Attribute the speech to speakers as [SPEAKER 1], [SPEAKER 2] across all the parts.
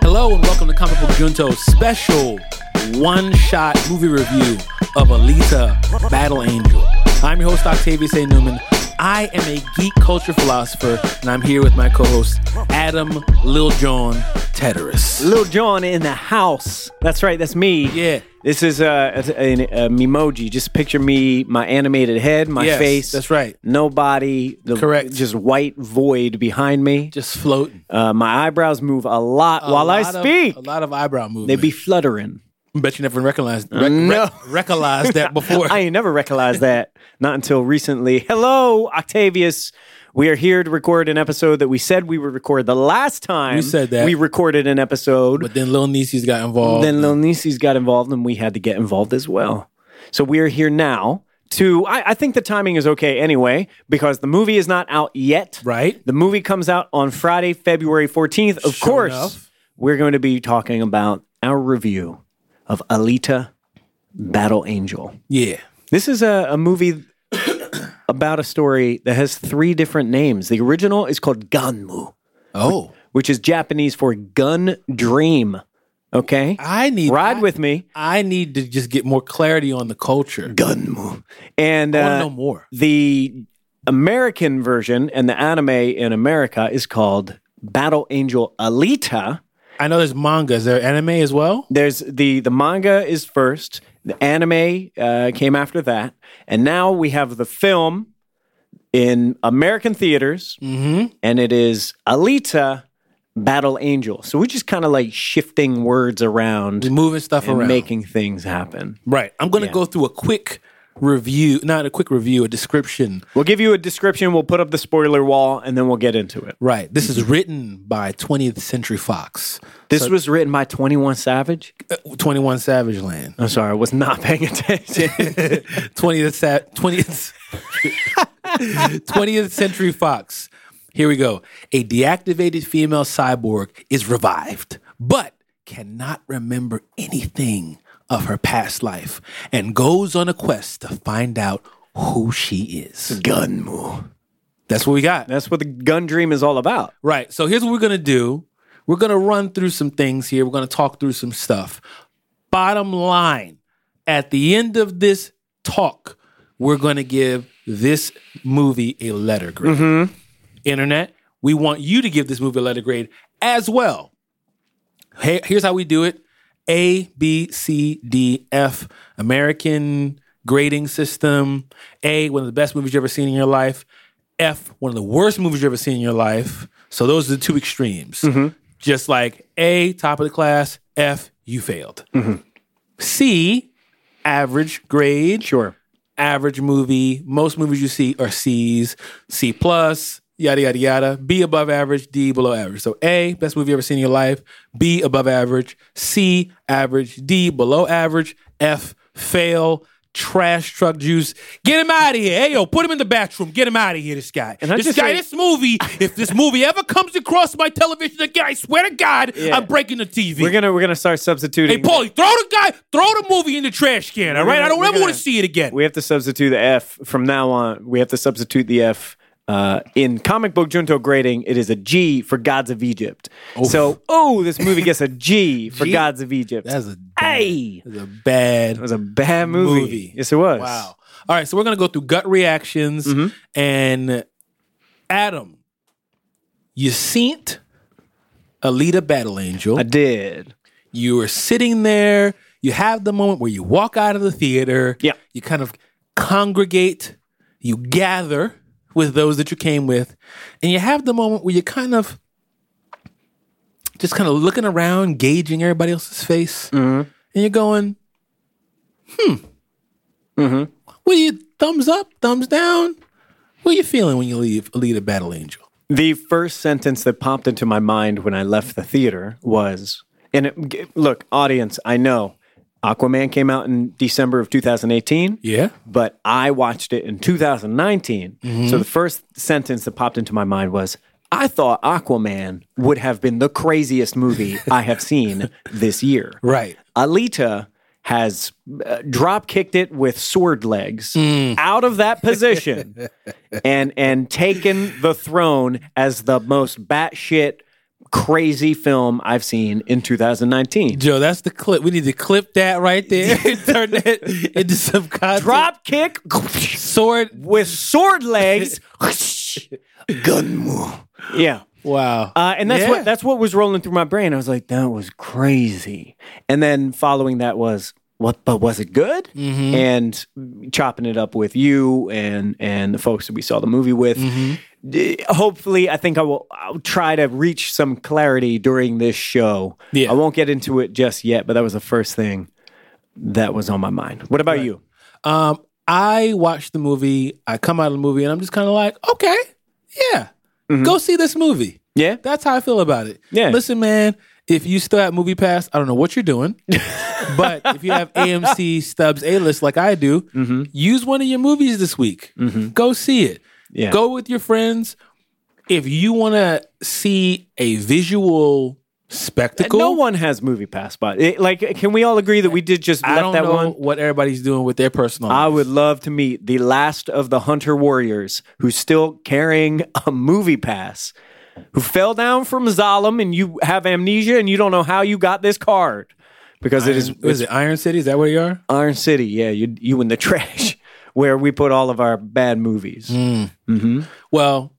[SPEAKER 1] Hello and welcome to Comic Book Junto special one shot movie review of Alita Battle Angel. I'm your host, Octavius A. Newman. I am a geek culture philosopher, and I'm here with my co host, Adam Lil John Teteris.
[SPEAKER 2] Lil John in the house. That's right. That's me.
[SPEAKER 1] Yeah.
[SPEAKER 2] This is a, a, a, a memoji. Just picture me, my animated head, my
[SPEAKER 1] Yes,
[SPEAKER 2] face.
[SPEAKER 1] that's right.
[SPEAKER 2] No body. The,
[SPEAKER 1] Correct.
[SPEAKER 2] Just white void behind me.
[SPEAKER 1] Just floating.
[SPEAKER 2] Uh, my eyebrows move a lot
[SPEAKER 1] A
[SPEAKER 2] while
[SPEAKER 1] lot
[SPEAKER 2] I
[SPEAKER 1] of-
[SPEAKER 2] speak.
[SPEAKER 1] a lot of eyebrow movement.
[SPEAKER 2] they be fluttering.
[SPEAKER 1] Bet you never recognized rec-
[SPEAKER 2] no.
[SPEAKER 1] rec- recognized that before.
[SPEAKER 2] I ain't never recognized that. Not until recently. Hello, Octavius. We are here to record an episode that we said we would record the last time
[SPEAKER 1] You said that.
[SPEAKER 2] we recorded an episode.
[SPEAKER 1] but then Lil Niecy's got involved.
[SPEAKER 2] Then Lil Niecy's got involved, and we had to get involved as well. So we're here now to. I, I think the timing is okay anyway because the movie is not out yet.
[SPEAKER 1] Right.
[SPEAKER 2] The movie comes out on Friday, February fourteenth. Of
[SPEAKER 1] Sure
[SPEAKER 2] course,
[SPEAKER 1] enough.
[SPEAKER 2] we're going to be talking about our review of Alita: Battle Angel.
[SPEAKER 1] yeah.
[SPEAKER 2] This is a, a movie. About a story that has three different names. The original is called Ganmu,
[SPEAKER 1] Oh.
[SPEAKER 2] which is Japanese for gun dream. Okay?
[SPEAKER 1] I need
[SPEAKER 2] Ride
[SPEAKER 1] I-
[SPEAKER 2] with me.
[SPEAKER 1] I need to just get more clarity on the culture.
[SPEAKER 2] Gunmu. And
[SPEAKER 1] I want to
[SPEAKER 2] uh,
[SPEAKER 1] know more.
[SPEAKER 2] the American version and the anime in America is called Battle Angel Alita.
[SPEAKER 1] I know there's manga. Is there anime as well?
[SPEAKER 2] There's the the manga is first. The anime uh, came after that, and now we have the film in American theaters,
[SPEAKER 1] Mm-hmm.
[SPEAKER 2] and it is Alita Battle Angel. So we're just kind of like shifting words around,
[SPEAKER 1] Moving stuff around.
[SPEAKER 2] making things happen.
[SPEAKER 1] right. I'm going to go through a quick review, not a quick review, a description.
[SPEAKER 2] We'll give you a description. We'll put up the spoiler wall, and then we'll get into it.
[SPEAKER 1] Right. This is written by 20th Century Fox,
[SPEAKER 2] This was written by 21 Savage.
[SPEAKER 1] Uh, 21 Savage Land.
[SPEAKER 2] I'm sorry, I was not paying attention.
[SPEAKER 1] 20th, sa- 20th, 20th Century Fox. Here we go. A deactivated female cyborg is revived, but cannot remember anything of her past life and goes on a quest to find out who she is.
[SPEAKER 2] Gunmu.
[SPEAKER 1] That's what we got.
[SPEAKER 2] That's what the gun dream is all about.
[SPEAKER 1] Right. So here's what we're going to do we're going to run through some things here, we're going to talk through some stuff. Bottom line, at the end of this talk, we're going to give this movie a letter grade. Internet, we want you to give this movie a letter grade as well. Hey, here's how we do it A, B, C, D, F, American grading system. A, one of the best movies you've ever seen in your life. F, one of the worst movies you've ever seen in your life. So those are the two extremes. Just like A, top of the class, F, you failed. C, average grade
[SPEAKER 2] Sure.
[SPEAKER 1] average movie. Most movies you see are C's, C plus, yada yada yada. B above average, D below average. So A, best movie you ever seen in your life. B above average, C average, D below average, F fail. Trash truck juice. Get him out of here. Hey yo, put him in the bathroom. Get him out of here, this guy.
[SPEAKER 2] I
[SPEAKER 1] this
[SPEAKER 2] just
[SPEAKER 1] guy,
[SPEAKER 2] say-
[SPEAKER 1] this movie, if this movie ever comes across my television again, I swear to God, I'm breaking the TV.
[SPEAKER 2] We're gonna we're gonna start substituting.
[SPEAKER 1] hey Paulie, throw the guy, throw the movie in the trash can, all right? I don't
[SPEAKER 2] we're
[SPEAKER 1] ever
[SPEAKER 2] gonna-
[SPEAKER 1] want to see it again.
[SPEAKER 2] we have to substitute the F from now on. We have to substitute the F. Uh, in comic book junto grading, it is a G for Gods of Egypt. So, oh, this movie gets a G for
[SPEAKER 1] G?
[SPEAKER 2] Gods of Egypt.
[SPEAKER 1] That's a
[SPEAKER 2] Hey!
[SPEAKER 1] That's a bad
[SPEAKER 2] it was a bad movie.
[SPEAKER 1] movie.
[SPEAKER 2] Yes, it Mm-hmm. was.
[SPEAKER 1] Wow. All right, so we're gonna go through gut reactions and Adam, you seen Alita Battle Angel.
[SPEAKER 2] I did.
[SPEAKER 1] you were sitting there. You have the moment where you walk out of the theater.
[SPEAKER 2] Yeah.
[SPEAKER 1] You kind of congregate. You gather with those that you came with, and you have the moment where you kind of just kind of looking around, gauging everybody else's face, and you're going, "Hmm, what do you thumbs up, thumbs down? What are you feeling when you leave Alita Battle Angel?"
[SPEAKER 2] The first sentence that popped into my mind when I left the theater was, and it, g- look, audience, I know Aquaman came out in December of 2018,
[SPEAKER 1] Yeah.
[SPEAKER 2] but I watched it in 2019. So the first sentence that popped into my mind was, I thought Aquaman would have been the craziest movie I have seen this year.
[SPEAKER 1] Right.
[SPEAKER 2] Alita has uh, drop kicked it with sword legs out of that position and and taken the throne as the most batshit crazy film I've seen in 2019.
[SPEAKER 1] Joe, that's the clip. We need to clip that right there and turn that into some content.
[SPEAKER 2] Drop kick
[SPEAKER 1] sword.
[SPEAKER 2] with sword legs. Gunmu. Yeah.
[SPEAKER 1] Wow.
[SPEAKER 2] Uh, and that's
[SPEAKER 1] Yeah.
[SPEAKER 2] what that's what was rolling through my brain. I was like, that was crazy. And then following that was what, but was it good?
[SPEAKER 1] Mm-hmm.
[SPEAKER 2] And chopping it up with you and and the folks that we saw the movie with.
[SPEAKER 1] Mm-hmm.
[SPEAKER 2] D- Hopefully, I think I will. I'll try to reach some clarity during this show.
[SPEAKER 1] Yeah.
[SPEAKER 2] I won't get into it just yet, but that was the first thing that was on my mind. What about you?
[SPEAKER 1] Um, I watched the movie. I come out of the movie, and I'm just kind of like, okay, yeah,
[SPEAKER 2] Mm-hmm.
[SPEAKER 1] go see this movie.
[SPEAKER 2] Yeah,
[SPEAKER 1] That's how I feel about it.
[SPEAKER 2] Yeah.
[SPEAKER 1] Listen, man, if you still have Movie Pass, I don't know what you're doing, but if you have AMC Stubbs A List like I do,
[SPEAKER 2] Mm-hmm.
[SPEAKER 1] use one of your movies this week. Go see it.
[SPEAKER 2] Yeah.
[SPEAKER 1] Go with your friends. If you want to see a visual spectacle,
[SPEAKER 2] no one has movie pass, but it, like, can we all agree that we did just
[SPEAKER 1] I
[SPEAKER 2] let
[SPEAKER 1] don't
[SPEAKER 2] that
[SPEAKER 1] know
[SPEAKER 2] one?
[SPEAKER 1] what everybody's doing with their personal.
[SPEAKER 2] I
[SPEAKER 1] life.
[SPEAKER 2] would love to meet the last of the Hunter Warriors who's still carrying a movie pass, who fell down from Zalem and you have amnesia and you don't know how you got this card because it is
[SPEAKER 1] What is it Iron City? Is that where you are?
[SPEAKER 2] Iron City. Yeah, you you in the trash where we put all of our bad movies.
[SPEAKER 1] Mm-hmm. Well,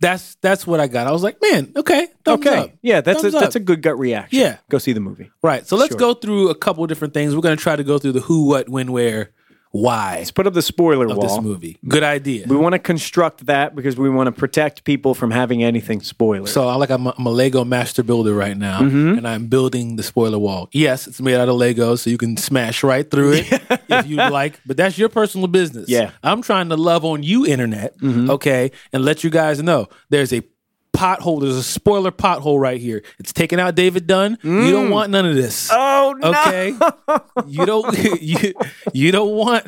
[SPEAKER 1] that's that's what I got. I was like, man, okay, thumbs
[SPEAKER 2] Okay,
[SPEAKER 1] up.
[SPEAKER 2] yeah, that's
[SPEAKER 1] Thumbs
[SPEAKER 2] a, that's a
[SPEAKER 1] up.
[SPEAKER 2] good gut reaction.
[SPEAKER 1] Yeah.
[SPEAKER 2] go see the movie.
[SPEAKER 1] right. So let's go through a couple different things. We're gonna try to go through the who, what, when, where, why
[SPEAKER 2] Put up the spoiler
[SPEAKER 1] of this
[SPEAKER 2] wall.
[SPEAKER 1] movie. Good idea.
[SPEAKER 2] We want to construct that because we want to protect people from having anything spoiled.
[SPEAKER 1] So I like I'm a, I'm a Lego master builder right now, and I'm building the spoiler wall. Yes, it's made out of Lego, so you can smash right through it if you like. But that's your personal business.
[SPEAKER 2] Yeah.
[SPEAKER 1] I'm trying to love on you, internet. Okay, and let you guys know there's a pothole. There's a spoiler pothole right here. It's taking out David Dunn. You don't want none of this.
[SPEAKER 2] oh no!
[SPEAKER 1] Okay, you don't you, you don't want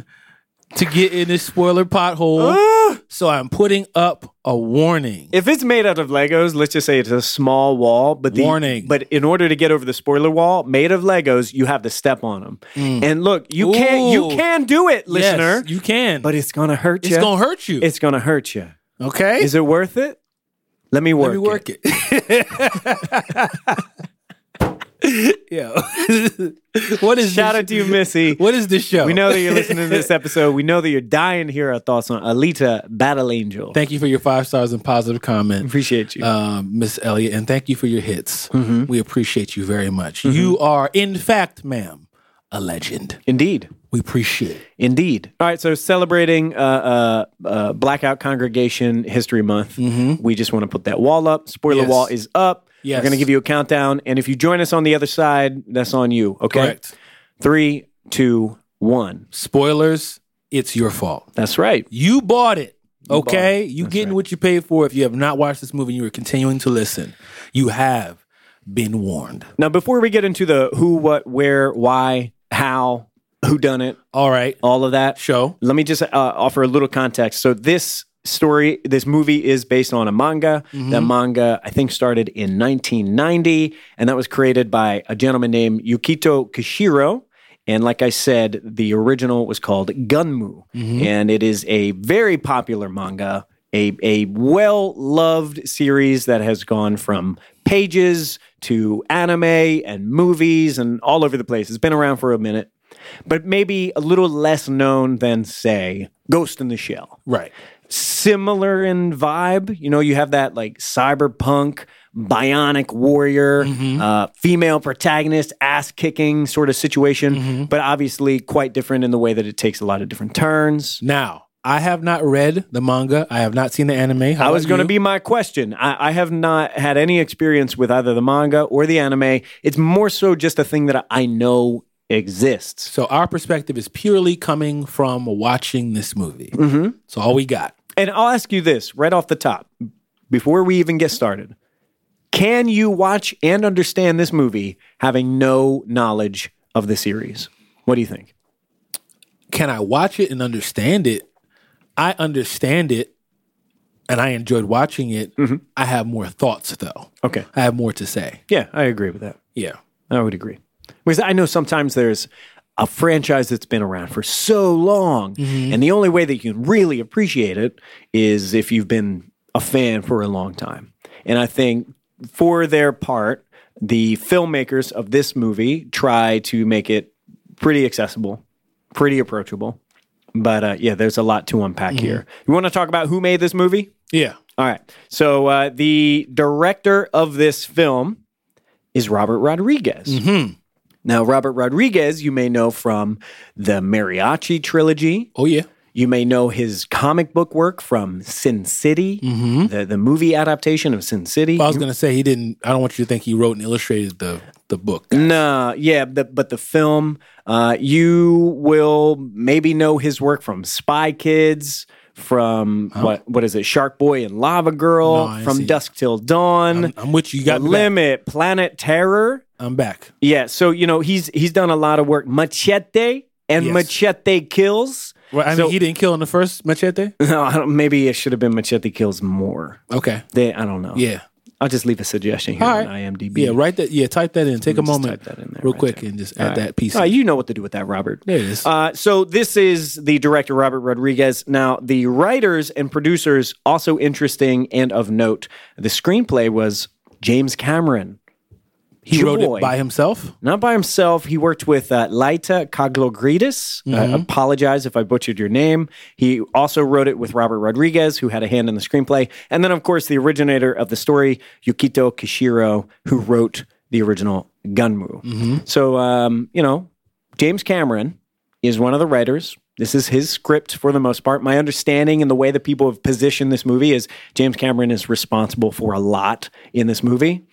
[SPEAKER 1] to get in this spoiler pothole. so I'm putting up a warning.
[SPEAKER 2] If it's made out of Legos, let's just say it's a small wall. But the,
[SPEAKER 1] Warning.
[SPEAKER 2] But in order to get over the spoiler wall, made of Legos, you have to step on them. And look, you can you
[SPEAKER 1] Mm. Ooh.
[SPEAKER 2] can do it, listener.
[SPEAKER 1] Yes, you can.
[SPEAKER 2] but it's gonna hurt you.
[SPEAKER 1] It's gonna hurt you.
[SPEAKER 2] It's gonna hurt you.
[SPEAKER 1] okay.
[SPEAKER 2] Is it worth it? Let me work.
[SPEAKER 1] Let me
[SPEAKER 2] it.
[SPEAKER 1] work it. yeah. what is
[SPEAKER 2] Shout
[SPEAKER 1] this,
[SPEAKER 2] out to you, Missy.
[SPEAKER 1] What is this show?
[SPEAKER 2] we know that you're listening to this episode. We know that you're dying to hear our thoughts on Alita Battle Angel.
[SPEAKER 1] Thank you for your five stars and positive comment,
[SPEAKER 2] Appreciate you.
[SPEAKER 1] um, Miss Elliott, and thank you for your hits. We appreciate you very much. You are, in fact, ma'am, a legend.
[SPEAKER 2] Indeed.
[SPEAKER 1] We appreciate. it.
[SPEAKER 2] Indeed. All right, so celebrating uh, uh, uh, Blackout Congregation History Month, we just want to put that wall up. Spoiler
[SPEAKER 1] Mm-hmm. Yes.
[SPEAKER 2] wall is up.
[SPEAKER 1] Yes.
[SPEAKER 2] We're going to give you a countdown, and if you join us on the other side, that's on you. Okay.
[SPEAKER 1] Correct.
[SPEAKER 2] Three, two, one.
[SPEAKER 1] Spoilers. It's your fault.
[SPEAKER 2] That's right.
[SPEAKER 1] You bought it. Okay? You getting what you paid for if you have not watched this movie and you are continuing to listen. You have been warned.
[SPEAKER 2] Now, before we get into the who, what, where, why, how, who done it,
[SPEAKER 1] All right.
[SPEAKER 2] all of that,
[SPEAKER 1] Show.
[SPEAKER 2] Let me just uh, offer a little context. So this story, this movie is based on a manga. That manga, I think, started in 1990, and that was created by a gentleman named Yukito Kishiro. And like I said, the original was called Gunmu, and it is a very popular manga, a a well loved series that has gone from pages to anime and movies and all over the place. It's been around for a minute but maybe a little less known than, say, Ghost in the Shell.
[SPEAKER 1] Right.
[SPEAKER 2] Similar in vibe, you know, you have that like cyberpunk, bionic warrior, uh, female protagonist, ass kicking sort of situation, but obviously quite different in the way that it takes a lot of different turns.
[SPEAKER 1] Now, I have not read the manga. I have not seen the anime. How
[SPEAKER 2] That was
[SPEAKER 1] about
[SPEAKER 2] going to
[SPEAKER 1] you?
[SPEAKER 2] be my question. I, I have not had any experience with either the manga or the anime. It's more so just a thing that I I know exists.
[SPEAKER 1] So our perspective is purely coming from watching this movie. Mm-hmm. So all we got.
[SPEAKER 2] And I'll ask you this right off the top before we even get started. Can you watch and understand this movie having no knowledge of the series? What do you think?
[SPEAKER 1] Can I watch it and understand it? I understand it, and I enjoyed watching it. I have more thoughts though.
[SPEAKER 2] Okay.
[SPEAKER 1] I have more to say.
[SPEAKER 2] Yeah, I agree with that.
[SPEAKER 1] Yeah.
[SPEAKER 2] I would agree. Because I know sometimes there's a franchise that's been around for so long, and the only way that you can really appreciate it is if you've been a fan for a long time. And I think for their part, the filmmakers of this movie try to make it pretty accessible, pretty approachable. But uh, yeah, there's a lot to unpack here. You want to talk about who made this movie?
[SPEAKER 1] Yeah.
[SPEAKER 2] All right. So uh, the director of this film is Robert Rodriguez.
[SPEAKER 1] Mm-hmm.
[SPEAKER 2] Now, Robert Rodriguez, you may know from the Mariachi trilogy.
[SPEAKER 1] Oh yeah.
[SPEAKER 2] You may know his comic book work from Sin City,
[SPEAKER 1] Mm-hmm.
[SPEAKER 2] the, the movie adaptation of Sin City.
[SPEAKER 1] I was gonna say he didn't. I don't want you to think he wrote and illustrated the the book.
[SPEAKER 2] No, yeah, the, but the film, uh, you will maybe know his work from Spy Kids, from what what is it, Shark Boy and Lava Girl,
[SPEAKER 1] No, Oh. I
[SPEAKER 2] from
[SPEAKER 1] see. Oh,
[SPEAKER 2] Dusk Till Dawn,
[SPEAKER 1] I'm with you. You got me back.
[SPEAKER 2] Limit, Planet Terror.
[SPEAKER 1] I'm back.
[SPEAKER 2] Yeah, so you know he's he's done a lot of work. Machete and
[SPEAKER 1] Yes.
[SPEAKER 2] Machete Kills.
[SPEAKER 1] Well, I mean,
[SPEAKER 2] So-
[SPEAKER 1] he didn't kill in the first machete.
[SPEAKER 2] No, I don't, maybe it should have been Machete Kills more.
[SPEAKER 1] Okay.
[SPEAKER 2] They, I don't know.
[SPEAKER 1] Yeah.
[SPEAKER 2] I'll just leave a suggestion here
[SPEAKER 1] All right.
[SPEAKER 2] on IMDb.
[SPEAKER 1] Yeah. Write that. Yeah. Type that in. Take a moment,
[SPEAKER 2] type that in there
[SPEAKER 1] real
[SPEAKER 2] right
[SPEAKER 1] quick, and just add that piece.
[SPEAKER 2] Oh,
[SPEAKER 1] in.
[SPEAKER 2] you know what to do with that, Robert.
[SPEAKER 1] There it is.
[SPEAKER 2] Uh, so this is the director Robert Rodriguez. Now the writers and producers also interesting and of note. The screenplay was James Cameron,
[SPEAKER 1] he wrote
[SPEAKER 2] Joy.
[SPEAKER 1] it by himself.
[SPEAKER 2] not by himself. He worked with uh, Laita Kaglogridis. Uh, apologize if I butchered your name. He also wrote it with Robert Rodriguez, who had a hand in the screenplay, and then of course the originator of the story, Yukito Kishiro, who wrote the original Gunmu. So um, you know, James Cameron is one of the writers. This is his script for the most part. My understanding and the way that people have positioned this movie is James Cameron is responsible for a lot in this movie.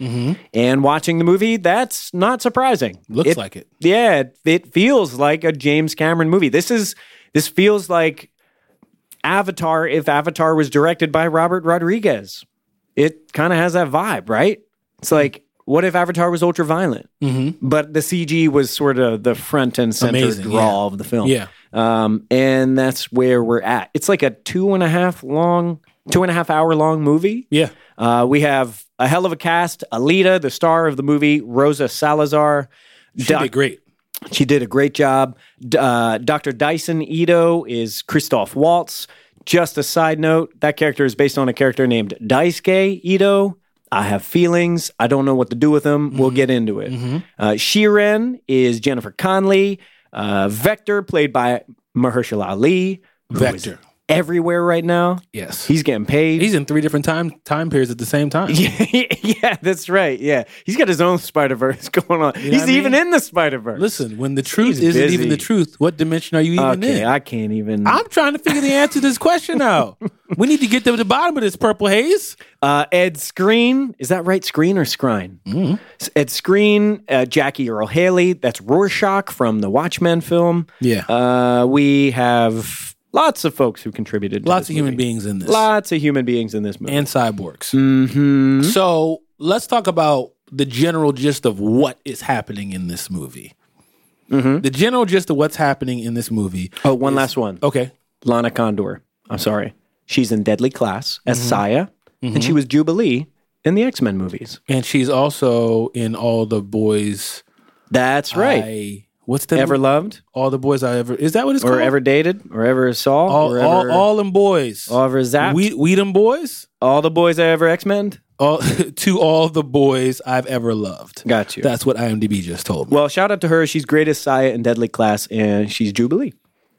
[SPEAKER 2] And watching the movie, that's not surprising.
[SPEAKER 1] Looks like it.
[SPEAKER 2] Yeah, it, it feels like a James Cameron movie. This is this feels like Avatar if Avatar was directed by Robert Rodriguez. It kind of has that vibe, right? It's like what if Avatar was ultra violent, but the CG was sort of the front and center
[SPEAKER 1] Mm-hmm. Amazing,
[SPEAKER 2] draw
[SPEAKER 1] yeah.
[SPEAKER 2] of the film.
[SPEAKER 1] Yeah.
[SPEAKER 2] um, and that's where we're at. It's like a two and a half long, two and a half hour long movie.
[SPEAKER 1] Yeah.
[SPEAKER 2] Uh, we have a hell of a cast. Alita, the star of the movie, Rosa Salazar.
[SPEAKER 1] She did great.
[SPEAKER 2] She did a great job. D- uh, Dr. Dyson Ito is Christoph Waltz. Just a side note, that character is based on a character named Daisuke Ito. I have feelings. I don't know what to do with them. We'll
[SPEAKER 1] Mm-hmm.
[SPEAKER 2] get into it. Uh, Shiren is Jennifer Conley. Uh, Vector, played by Mahershala Ali. who is
[SPEAKER 1] Vector.
[SPEAKER 2] Everywhere right now.
[SPEAKER 1] Yes.
[SPEAKER 2] He's getting paid.
[SPEAKER 1] He's in three different time time periods at the same time.
[SPEAKER 2] yeah, that's right. Yeah. He's got his own Spider Verse going on.
[SPEAKER 1] know
[SPEAKER 2] He's
[SPEAKER 1] what I mean?
[SPEAKER 2] even in the Spider Verse.
[SPEAKER 1] Listen, when the truth
[SPEAKER 2] He's
[SPEAKER 1] isn't
[SPEAKER 2] busy.
[SPEAKER 1] even the truth, what dimension are you even
[SPEAKER 2] Okay,
[SPEAKER 1] in?
[SPEAKER 2] I can't even.
[SPEAKER 1] I'm trying to figure the answer to this question out. We need to get to the bottom of this purple haze.
[SPEAKER 2] Uh, Ed Screen, is that right? Screen or Scrine?
[SPEAKER 1] Mm-hmm.
[SPEAKER 2] S- Ed Screen, uh, Jackie Earl Haley, that's Rorschach from the Watchmen film.
[SPEAKER 1] Yeah.
[SPEAKER 2] Uh, we have lots of folks who contributed. To
[SPEAKER 1] Lots
[SPEAKER 2] this
[SPEAKER 1] of human
[SPEAKER 2] movie.
[SPEAKER 1] beings in this.
[SPEAKER 2] Lots of human beings in this movie.
[SPEAKER 1] and cyborgs.
[SPEAKER 2] Mm-hmm.
[SPEAKER 1] So let's talk about the general gist of what is happening in this movie.
[SPEAKER 2] Mm-hmm.
[SPEAKER 1] The general gist of what's happening in this movie.
[SPEAKER 2] oh, one last one.
[SPEAKER 1] Okay.
[SPEAKER 2] Lana Condor. I'm sorry. She's in Deadly Class
[SPEAKER 1] Mm-hmm.
[SPEAKER 2] as Saya, and she was Jubilee in the X Men movies.
[SPEAKER 1] And she's also in all the boys.
[SPEAKER 2] That's right.
[SPEAKER 1] I, what's the
[SPEAKER 2] ever loved,
[SPEAKER 1] all the boys I ever is that what it's
[SPEAKER 2] or
[SPEAKER 1] called?
[SPEAKER 2] ever dated, or ever saw,
[SPEAKER 1] all,
[SPEAKER 2] or
[SPEAKER 1] all,
[SPEAKER 2] ever,
[SPEAKER 1] all them boys.
[SPEAKER 2] all ever zapped.
[SPEAKER 1] we we them boys.
[SPEAKER 2] all the boys I ever X Men.
[SPEAKER 1] All to all the boys I've ever loved.
[SPEAKER 2] Got you.
[SPEAKER 1] That's what IMDb just told me.
[SPEAKER 2] Well, shout out to her. She's greatest Saya in Deadly Class, and she's Jubilee.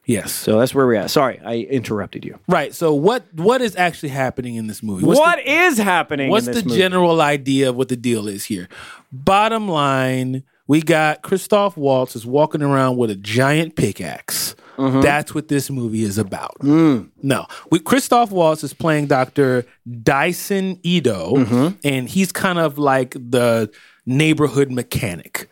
[SPEAKER 1] yes.
[SPEAKER 2] So that's where we're at. Sorry, I interrupted you.
[SPEAKER 1] Right. So what what is actually happening in this movie? What's
[SPEAKER 2] What's
[SPEAKER 1] the-
[SPEAKER 2] happening?
[SPEAKER 1] What's
[SPEAKER 2] in
[SPEAKER 1] the
[SPEAKER 2] this movie?
[SPEAKER 1] general idea of what the deal is here? Bottom line, we got Christoph Waltz is walking around with a giant pickaxe.
[SPEAKER 2] Mm-hmm.
[SPEAKER 1] That's what this movie is about.
[SPEAKER 2] Mm.
[SPEAKER 1] No, we, Christoph Waltz is playing Doctor Dyson Ito,
[SPEAKER 2] Mm-hmm.
[SPEAKER 1] and he's kind of like the neighborhood mechanic.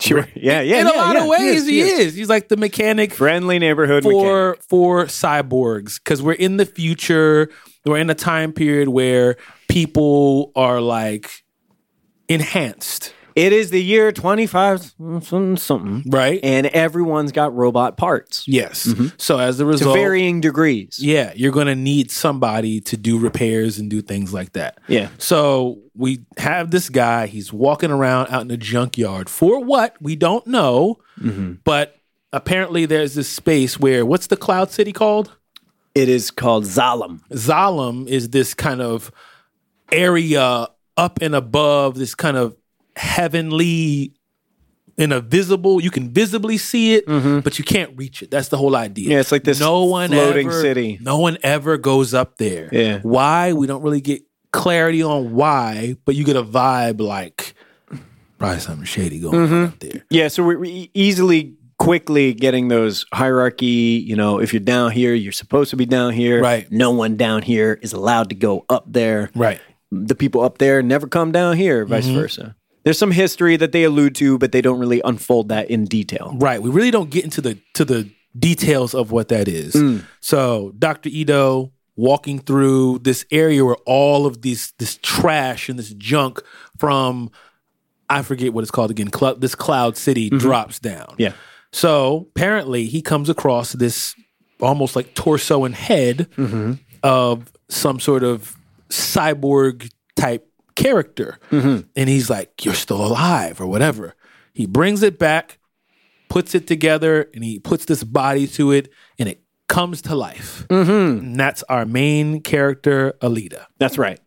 [SPEAKER 2] Sure. Yeah, yeah.
[SPEAKER 1] In a
[SPEAKER 2] yeah,
[SPEAKER 1] lot
[SPEAKER 2] yeah.
[SPEAKER 1] of ways,
[SPEAKER 2] Yes,
[SPEAKER 1] he
[SPEAKER 2] yes.
[SPEAKER 1] is. He's like the mechanic
[SPEAKER 2] friendly neighborhood
[SPEAKER 1] for for cyborgs because we're in the future. We're in a time period where people are like enhanced,
[SPEAKER 2] mechanic. It is the year twenty five something something,
[SPEAKER 1] right?
[SPEAKER 2] and everyone's got robot parts
[SPEAKER 1] yes. So as a
[SPEAKER 2] to
[SPEAKER 1] result,
[SPEAKER 2] varying degrees.
[SPEAKER 1] yeah, you're going to need somebody to do repairs and do things like that.
[SPEAKER 2] Yeah.
[SPEAKER 1] So we have this guy. He's walking around out in the junkyard for what we don't know,
[SPEAKER 2] Mm-hmm.
[SPEAKER 1] but apparently there's this space where what's the cloud city called?
[SPEAKER 2] It is called Zalem.
[SPEAKER 1] Zalem is this kind of area up and above this kind of heavenly in a visible you can visibly see it but you can't reach it that's the whole idea
[SPEAKER 2] Mm-hmm. Yeah, it's like this
[SPEAKER 1] no one
[SPEAKER 2] floating
[SPEAKER 1] ever-
[SPEAKER 2] city.
[SPEAKER 1] no one ever goes up there
[SPEAKER 2] Yeah.
[SPEAKER 1] why we don't really get clarity on why but you get a vibe like probably something shady going
[SPEAKER 2] Mm-hmm.
[SPEAKER 1] on up there
[SPEAKER 2] Yeah, so we're e- easily, quickly getting those hierarchy. You know, if you're down here, you're supposed to be down here.
[SPEAKER 1] Right.
[SPEAKER 2] No one down here is allowed to go up there.
[SPEAKER 1] right
[SPEAKER 2] The people up there never come down here, vice versa. There's some history that they allude to, but they don't really unfold that in detail.
[SPEAKER 1] Right. We really don't get into the to the details of what that is. So Dr. Ito walking through this area where all of these this trash and this junk from I forget what it's called again, cl- this cloud city drops down.
[SPEAKER 2] Yeah.
[SPEAKER 1] So apparently he comes across this almost like torso and head of some sort of cyborg type character. And he's like, You're still alive or whatever. He brings it back, puts it together, and he puts this body to it, and it comes to life. And that's our main character, Alita
[SPEAKER 2] That's right.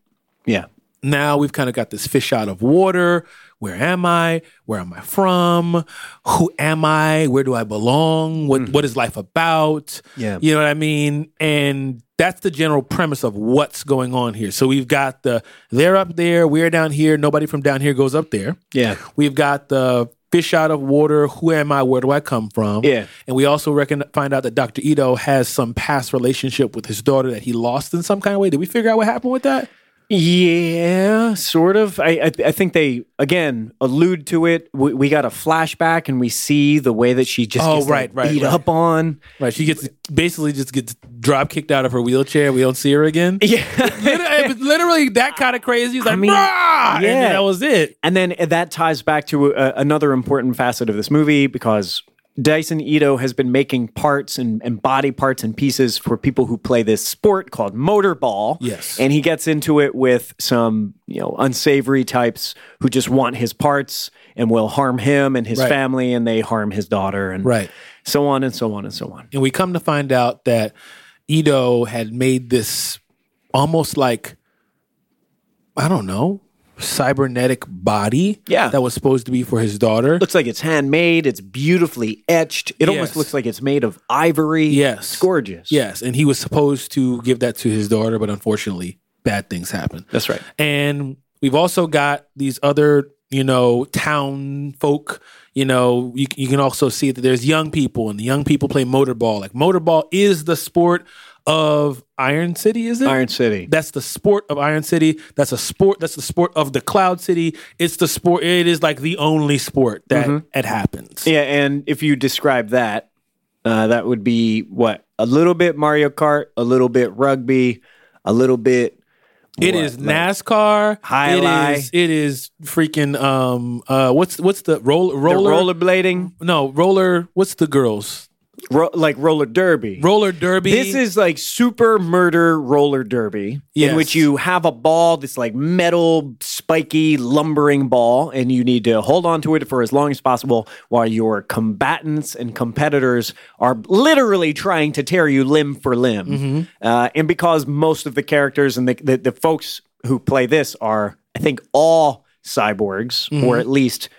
[SPEAKER 2] Yeah.
[SPEAKER 1] now we've kind of got this fish out of water. Where am I? Where am I from? Who am I? Where do I belong? What what is life about?
[SPEAKER 2] Mm-hmm. Yeah.
[SPEAKER 1] You know what I mean? And that's the general premise of what's going on here. So we've got the they're up there, we're down here, nobody from down here goes up there.
[SPEAKER 2] Yeah.
[SPEAKER 1] We've got the fish out of water, who am I? Where do I come from?
[SPEAKER 2] Yeah.
[SPEAKER 1] And we also reckon find out that Dr. Ito has some past relationship with his daughter that he lost in some kind of way. Did we figure out what happened with that?
[SPEAKER 2] Yeah, sort of. I, I I think they again allude to it. We, we got a flashback and we see the way that she just
[SPEAKER 1] Oh,
[SPEAKER 2] gets like,
[SPEAKER 1] right, right,
[SPEAKER 2] beat
[SPEAKER 1] right.
[SPEAKER 2] up on.
[SPEAKER 1] Right, she gets basically just gets drop kicked out of her wheelchair. We don't see her again.
[SPEAKER 2] Yeah.
[SPEAKER 1] Literally, it was literally that kind of crazy. It's like,
[SPEAKER 2] mean,
[SPEAKER 1] "Bruh!" and
[SPEAKER 2] yeah.
[SPEAKER 1] then that was it.
[SPEAKER 2] and then that ties back to uh another important facet of this movie because Dyson Ito has been making parts and, and body parts and pieces for people who play this sport called motorball.
[SPEAKER 1] Yes.
[SPEAKER 2] And he gets into it with some, you know, unsavory types who just want his parts and will harm him and his
[SPEAKER 1] Right.
[SPEAKER 2] family and they harm his daughter and
[SPEAKER 1] Right.
[SPEAKER 2] so on and so on and so on.
[SPEAKER 1] And we come to find out that Ito had made this almost like I don't know cybernetic body.
[SPEAKER 2] Yeah.
[SPEAKER 1] that was supposed to be for his daughter.
[SPEAKER 2] Looks like it's handmade, it's beautifully etched. It almost
[SPEAKER 1] Yes.
[SPEAKER 2] looks like it's made of ivory.
[SPEAKER 1] Yes.
[SPEAKER 2] It's gorgeous.
[SPEAKER 1] Yes, and he was supposed to give that to his daughter, but unfortunately, bad things happen.
[SPEAKER 2] That's right.
[SPEAKER 1] And we've also got these other, you know, town folk. You know, you, you can also see that there's young people, and the young people play motorball. Like motorball is the sport of Iron City, is it?
[SPEAKER 2] Iron City.
[SPEAKER 1] That's the sport of Iron City. That's a sport. That's the sport of the Cloud City. It's the sport. It is like the only sport that
[SPEAKER 2] Mm-hmm.
[SPEAKER 1] it happens.
[SPEAKER 2] Yeah, and if you describe that, uh, that would be what a little bit Mario Kart, a little bit rugby, a little bit.
[SPEAKER 1] It is NASCAR.
[SPEAKER 2] High
[SPEAKER 1] it
[SPEAKER 2] lie.
[SPEAKER 1] is- It is freaking. Um. Uh. What's what's the roll,
[SPEAKER 2] the
[SPEAKER 1] roller?
[SPEAKER 2] rollerblading,
[SPEAKER 1] No roller. What's the girls?
[SPEAKER 2] ro- like roller derby.
[SPEAKER 1] Roller derby.
[SPEAKER 2] this is like super murder roller derby,
[SPEAKER 1] Yes.
[SPEAKER 2] in which you have a ball that's like metal, spiky, lumbering ball, and you need to hold on to it for as long as possible while your combatants and competitors are literally trying to tear you limb for limb.
[SPEAKER 1] Mm-hmm.
[SPEAKER 2] Uh, and because most of the characters and the, the, the folks who play this are, I think, all cyborgs, or at least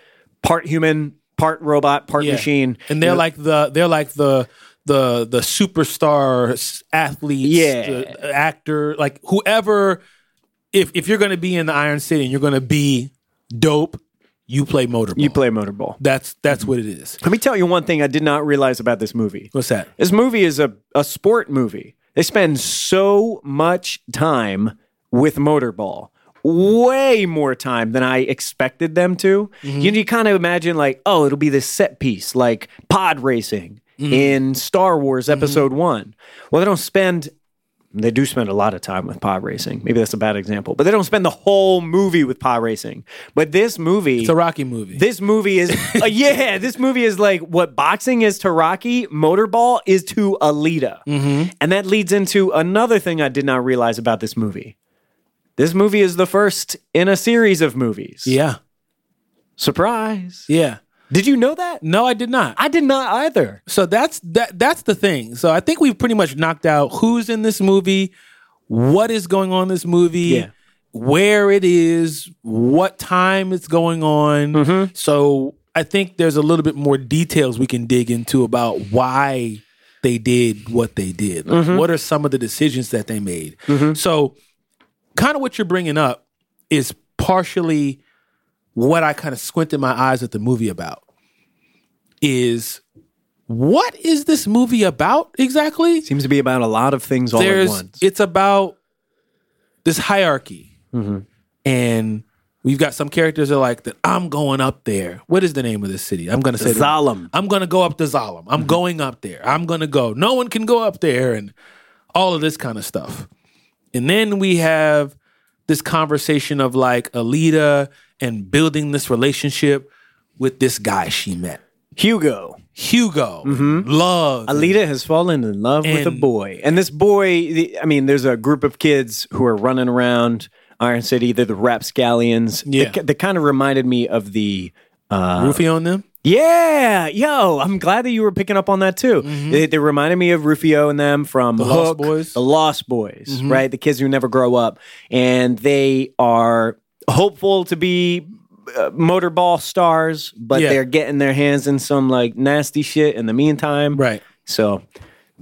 [SPEAKER 2] part human, part robot, part
[SPEAKER 1] Mm-hmm. Yeah.
[SPEAKER 2] machine.
[SPEAKER 1] and they're like the they're like the the the superstar s- athletes.
[SPEAKER 2] Yeah.
[SPEAKER 1] the actor like whoever. If if you're gonna be in the Iron City and you're gonna be dope, you play motorball.
[SPEAKER 2] you play motorball.
[SPEAKER 1] That's that's what it is.
[SPEAKER 2] Let me tell you one thing I did not realize about this movie.
[SPEAKER 1] What's that?
[SPEAKER 2] This movie is a, a sport movie. They spend so much time with motorball. Way more time than I expected them to.
[SPEAKER 1] Mm-hmm.
[SPEAKER 2] You, you kind of imagine, like, oh, it'll be this set piece, like pod racing
[SPEAKER 1] Mm-hmm.
[SPEAKER 2] in Star Wars Episode One. Well, they don't spend, they do spend a lot of time with pod racing. Maybe that's a bad example, but they don't spend the whole movie with pod racing. But this movie,
[SPEAKER 1] It's a Rocky movie.
[SPEAKER 2] this movie is uh, yeah. This movie is like what boxing is to Rocky, motorball is to Alita, and that leads into another thing I did not realize about this movie. This movie is the first in a series of movies.
[SPEAKER 1] yeah.
[SPEAKER 2] Surprise!
[SPEAKER 1] Yeah.
[SPEAKER 2] Did you know that?
[SPEAKER 1] No, I did not.
[SPEAKER 2] I did not either.
[SPEAKER 1] So that's that that's the thing. So I think we've pretty much knocked out who's in this movie, what is going on in this movie,
[SPEAKER 2] Yeah.
[SPEAKER 1] where it is, what time it's going on. So I think there's a little bit more details we can dig into about why they did what they did. Like, What are some of the decisions that they made? So, kind of what you're bringing up is partially what I kind of squinted my eyes at the movie about. Is what is this movie about exactly?
[SPEAKER 2] Seems to be about a lot of things all
[SPEAKER 1] there's
[SPEAKER 2] at once.
[SPEAKER 1] it's about this hierarchy
[SPEAKER 2] Mm-hmm.
[SPEAKER 1] and we've got some characters that are like that i'm going up there what is the name of this city i'm going to say the-
[SPEAKER 2] Zalem.
[SPEAKER 1] i'm going to go up to zalem
[SPEAKER 2] Mm-hmm.
[SPEAKER 1] i'm going up there i'm going to go no one can go up there and all of this kind of stuff and then we have this conversation of like alita and building this relationship with this guy she met
[SPEAKER 2] Hugo.
[SPEAKER 1] hugo love
[SPEAKER 2] Mm-hmm. Alita has fallen in love with a
[SPEAKER 1] And-
[SPEAKER 2] boy. And this boy, the, I mean, there's a group of kids who are running around Iron City. They're the rapscallions.
[SPEAKER 1] Yeah.
[SPEAKER 2] That, that kind of reminded me of the. uh,
[SPEAKER 1] Rufio on them
[SPEAKER 2] Yeah, yo, I'm glad that you were picking up on that too. They, they reminded me of Rufio and them from the
[SPEAKER 1] Mm-hmm. Lost Boys. Mm-hmm.
[SPEAKER 2] the Lost Boys, right? The kids who never grow up, and they are hopeful to be uh, motorball stars, but
[SPEAKER 1] Yeah.
[SPEAKER 2] they're getting their hands in some like nasty shit in the meantime,
[SPEAKER 1] right
[SPEAKER 2] so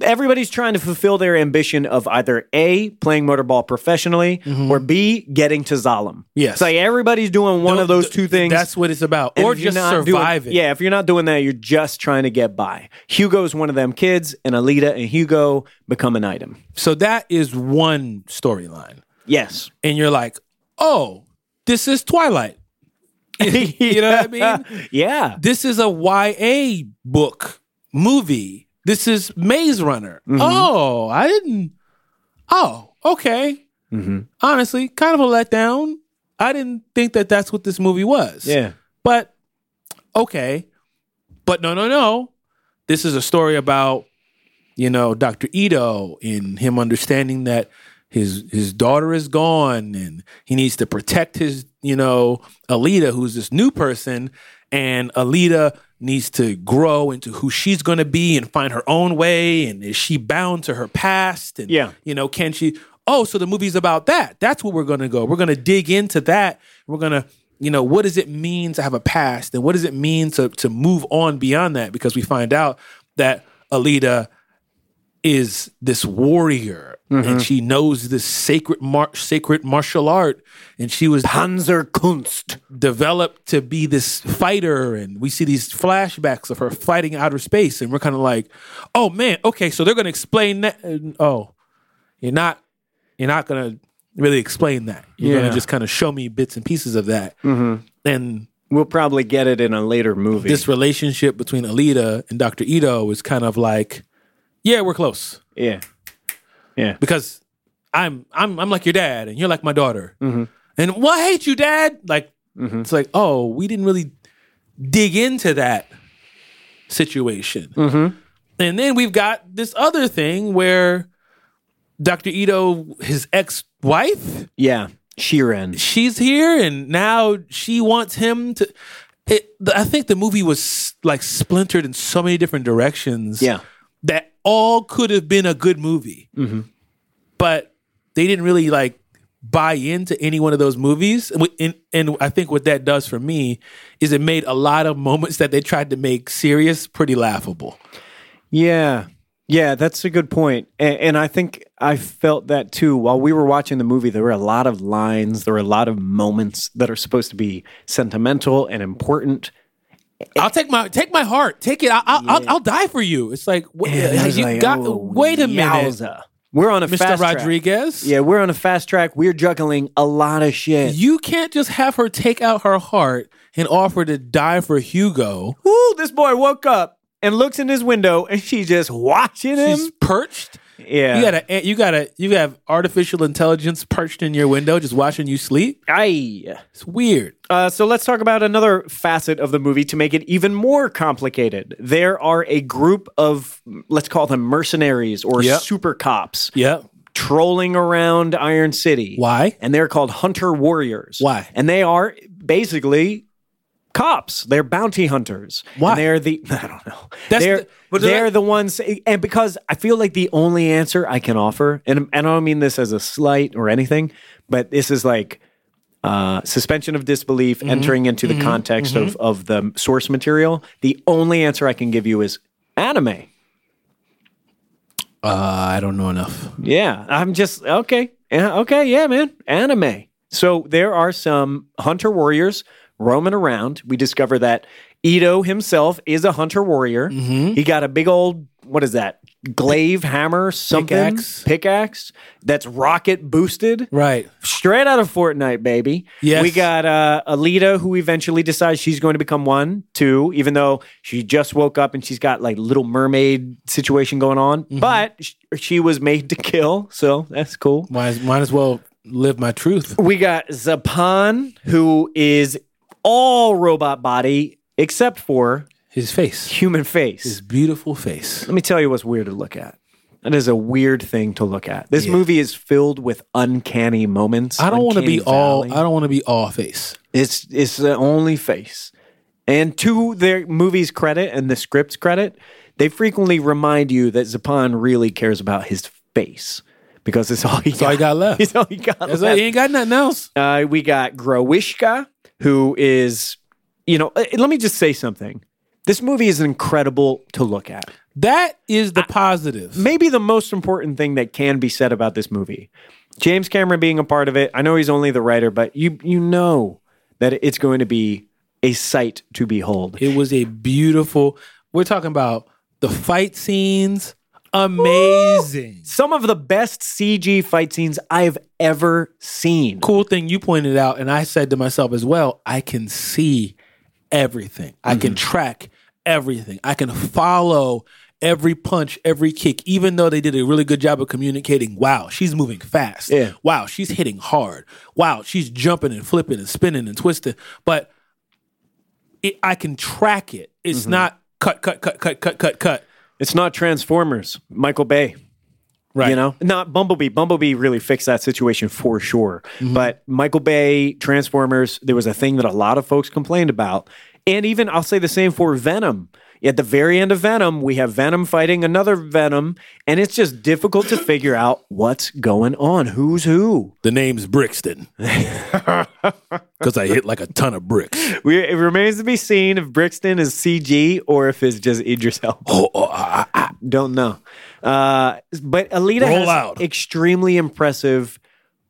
[SPEAKER 2] everybody's trying to fulfill their ambition of either A, playing motorball professionally, or B, getting to Zalem.
[SPEAKER 1] Mm-hmm. Yes.
[SPEAKER 2] It's like everybody's doing one of those two things.
[SPEAKER 1] That's what it's about.
[SPEAKER 2] and
[SPEAKER 1] or
[SPEAKER 2] if you're
[SPEAKER 1] just
[SPEAKER 2] not doing-
[SPEAKER 1] surviving.
[SPEAKER 2] yeah, if you're not doing that, you're just trying to get by. Hugo's one of them kids, and Alita and Hugo become an item.
[SPEAKER 1] So that is one storyline.
[SPEAKER 2] Yes.
[SPEAKER 1] And you're like, oh, this is Twilight. you know what I mean?
[SPEAKER 2] Yeah.
[SPEAKER 1] This is a YA book movie. This is Maze Runner. Oh, I didn't. Oh, okay.
[SPEAKER 2] Mm-hmm.
[SPEAKER 1] Honestly, kind of a letdown. I didn't think that that's what this movie was.
[SPEAKER 2] Yeah.
[SPEAKER 1] But okay. But no, no, no. This is a story about, you know, Dr. Ito and him understanding that his his daughter is gone and he needs to protect his, you know, Alita, who's this new person, and Alita needs to grow into who she's gonna be and find her own way. And is she bound to her past? And
[SPEAKER 2] Yeah.
[SPEAKER 1] you know, can she? Oh, so the movie's about that. That's where we're going to go. We're going to dig into that. We're going to, you know, what does it mean to have a past and what does it mean to, to move on beyond that? Because we find out that Alita is this warrior and she knows this sacred, mar- sacred martial art and she was
[SPEAKER 2] Panzerkunst.
[SPEAKER 1] developed to be this fighter and we see these flashbacks of her fighting outer space and we're kind of like oh man okay so they're going to explain that and, oh you're not you're not going to really explain that you're going
[SPEAKER 2] Yeah.
[SPEAKER 1] to just kind of show me bits and pieces of that and
[SPEAKER 2] We'll probably get it in a later movie.
[SPEAKER 1] this relationship between alita and dr ito is kind of like yeah we're close
[SPEAKER 2] yeah. Yeah.
[SPEAKER 1] because I'm I'm I'm like your dad and you're like my daughter. And well, I hate you, dad. Like it's like oh, we didn't really dig into that situation. And then we've got this other thing where Dr. Ito, his ex-wife,
[SPEAKER 2] Yeah. Sheeran.
[SPEAKER 1] she's here and now she wants him to it, the- I think the movie was like splintered in so many different directions
[SPEAKER 2] Yeah.
[SPEAKER 1] that all could have been a good movie,
[SPEAKER 2] Mm-hmm.
[SPEAKER 1] but they didn't really like buy into any one of those movies. And, we- and, and I think what that does for me is it made a lot of moments that they tried to make serious pretty laughable.
[SPEAKER 2] Yeah. Yeah, that's a good point. And, and I think I felt that too. While we were watching the movie, there were a lot of lines, there were a lot of moments that are supposed to be sentimental and important.
[SPEAKER 1] I'll take my take my heart, take it. I'll I'll, I'll, I'll die for you. It's like wh-
[SPEAKER 2] And I was
[SPEAKER 1] you
[SPEAKER 2] like,
[SPEAKER 1] got.
[SPEAKER 2] oh,
[SPEAKER 1] wait a minute,
[SPEAKER 2] yowza. We're on a
[SPEAKER 1] Mr.
[SPEAKER 2] fast track.
[SPEAKER 1] Rodriguez.
[SPEAKER 2] Yeah, we're on a fast track. We're juggling a lot of shit.
[SPEAKER 1] You can't just have her take out her heart and offer to die for Hugo.
[SPEAKER 2] Ooh, this boy woke up and looks in his window and she's just watching him.
[SPEAKER 1] He's perched.
[SPEAKER 2] yeah.
[SPEAKER 1] You got a you got a you have artificial intelligence perched in your window, just watching you sleep.
[SPEAKER 2] Aye.
[SPEAKER 1] It's weird.
[SPEAKER 2] Uh, so let's talk about another facet of the movie to make it even more complicated. There are a group of, let's call them mercenaries or
[SPEAKER 1] Yep.
[SPEAKER 2] super cops,
[SPEAKER 1] Yeah.
[SPEAKER 2] trolling around Iron City.
[SPEAKER 1] Why?
[SPEAKER 2] And they're called Hunter Warriors.
[SPEAKER 1] Why?
[SPEAKER 2] And they are basically cops. They're bounty hunters.
[SPEAKER 1] Why?
[SPEAKER 2] And they're the I don't know.
[SPEAKER 1] That's
[SPEAKER 2] they're
[SPEAKER 1] the- but they're-
[SPEAKER 2] they're the ones, and because I feel like the only answer I can offer, and and I don't mean this as a slight or anything, but this is like uh, suspension of disbelief,
[SPEAKER 1] Mm-hmm.
[SPEAKER 2] entering into the context of of the source material. The only answer I can give you is anime.
[SPEAKER 1] Uh, I don't know enough.
[SPEAKER 2] Yeah, I'm just okay. Yeah, okay, yeah, man. Anime. So there are some hunter warriors roaming around. We discover that Ito himself is a hunter warrior. He got a big old what is that? Glaive hammer something
[SPEAKER 1] Pickaxe.
[SPEAKER 2] pickaxe that's rocket boosted.
[SPEAKER 1] Right.
[SPEAKER 2] Straight out of Fortnite, baby.
[SPEAKER 1] Yes.
[SPEAKER 2] We got uh, Alita, who eventually decides she's going to become one, two, even though she just woke up and she's got like little mermaid situation going on.
[SPEAKER 1] Mm-hmm.
[SPEAKER 2] But sh- she was made to kill, so that's cool.
[SPEAKER 1] Might as, might as well live my truth.
[SPEAKER 2] We got Zapan, who is all robot body except for
[SPEAKER 1] His face,
[SPEAKER 2] human face.
[SPEAKER 1] his beautiful face.
[SPEAKER 2] Let me tell you what's weird to look at. That is a weird thing to look at. This movie is filled with uncanny moments.
[SPEAKER 1] I don't want to
[SPEAKER 2] uncanny
[SPEAKER 1] be all.
[SPEAKER 2] valley.
[SPEAKER 1] I don't want to be all face.
[SPEAKER 2] It's it's the only face. And to their movie's credit and the script's credit, they frequently remind you that Zapan really cares about his face because it's all he got.
[SPEAKER 1] all he got left.
[SPEAKER 2] It's all he got
[SPEAKER 1] It's like,
[SPEAKER 2] left.
[SPEAKER 1] he ain't got nothing else.
[SPEAKER 2] Uh, we got Growishka, who is, you know, uh, let me just say something. This movie is incredible to look at.
[SPEAKER 1] That is the positive.
[SPEAKER 2] Maybe the most important thing that can be said about this movie. James Cameron being a part of it. I know he's only the writer, but you you know that it's going to be a sight to behold.
[SPEAKER 1] It was a beautiful. We're talking about the fight scenes. Amazing.
[SPEAKER 2] Some of the best CG fight scenes I've ever seen.
[SPEAKER 1] Cool thing you pointed out, and I said to myself as well. I can see everything. I can track everything. I can follow every punch, every kick. Even though they did a really good job of communicating. Wow, she's moving fast.
[SPEAKER 2] Yeah.
[SPEAKER 1] Wow, she's hitting hard. Wow, she's jumping and flipping and spinning and twisting. But it, I can track it. It's not cut, cut, cut, cut, cut, cut, cut.
[SPEAKER 2] It's not Transformers, Michael Bay.
[SPEAKER 1] Right.
[SPEAKER 2] You know, not Bumblebee. Bumblebee really fixed that situation for sure. But Michael Bay, Transformers, there was a thing that a lot of folks complained about. And even I'll say the same for Venom. At the very end of Venom, we have Venom fighting another Venom, and it's just difficult to figure out what's going on. Who's who?
[SPEAKER 1] The name's Brixton. Because I hit like a ton of bricks.
[SPEAKER 2] We, it remains to be seen if Brixton is CG or if it's just Idris Elba.
[SPEAKER 1] Oh, oh, ah, ah, ah.
[SPEAKER 2] Don't know. Uh, but Alita
[SPEAKER 1] Roll
[SPEAKER 2] has
[SPEAKER 1] out.
[SPEAKER 2] extremely impressive,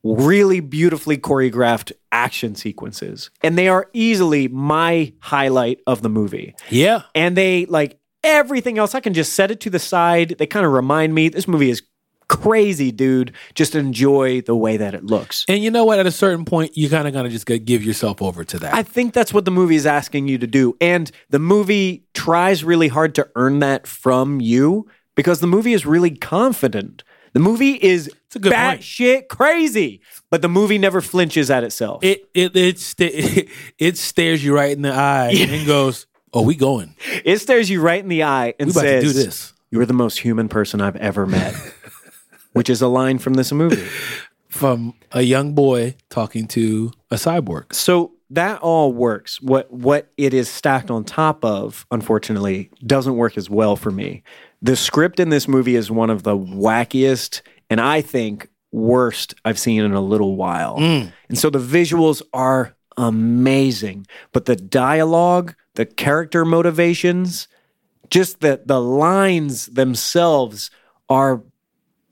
[SPEAKER 2] really beautifully choreographed action sequences. And they are easily my highlight of the movie.
[SPEAKER 1] Yeah.
[SPEAKER 2] And they like everything else, I can just set it to the side. They kind of remind me this movie is crazy, dude. Just enjoy the way that it looks.
[SPEAKER 1] And you know what? At a certain point, you kind of got to just gotta give yourself over to that.
[SPEAKER 2] I think that's what the movie is asking you to do. And the movie tries really hard to earn that from you because the movie is really confident. The movie is
[SPEAKER 1] a good point.
[SPEAKER 2] batshit crazy, but the movie never flinches at itself.
[SPEAKER 1] it it it, sta- it stares you right in the eye and goes, "Oh, we going?
[SPEAKER 2] It stares you right in the eye and
[SPEAKER 1] We about
[SPEAKER 2] says,
[SPEAKER 1] to do this."
[SPEAKER 2] You're the most human person I've ever met, which is a line from this movie.
[SPEAKER 1] From a young boy talking to a cyborg.
[SPEAKER 2] So that all works. What what it is stacked on top of, unfortunately, doesn't work as well for me. The script in this movie is one of the wackiest and I think worst I've seen in a little while. And so the visuals are amazing, but the dialogue, the character motivations, just the the lines themselves are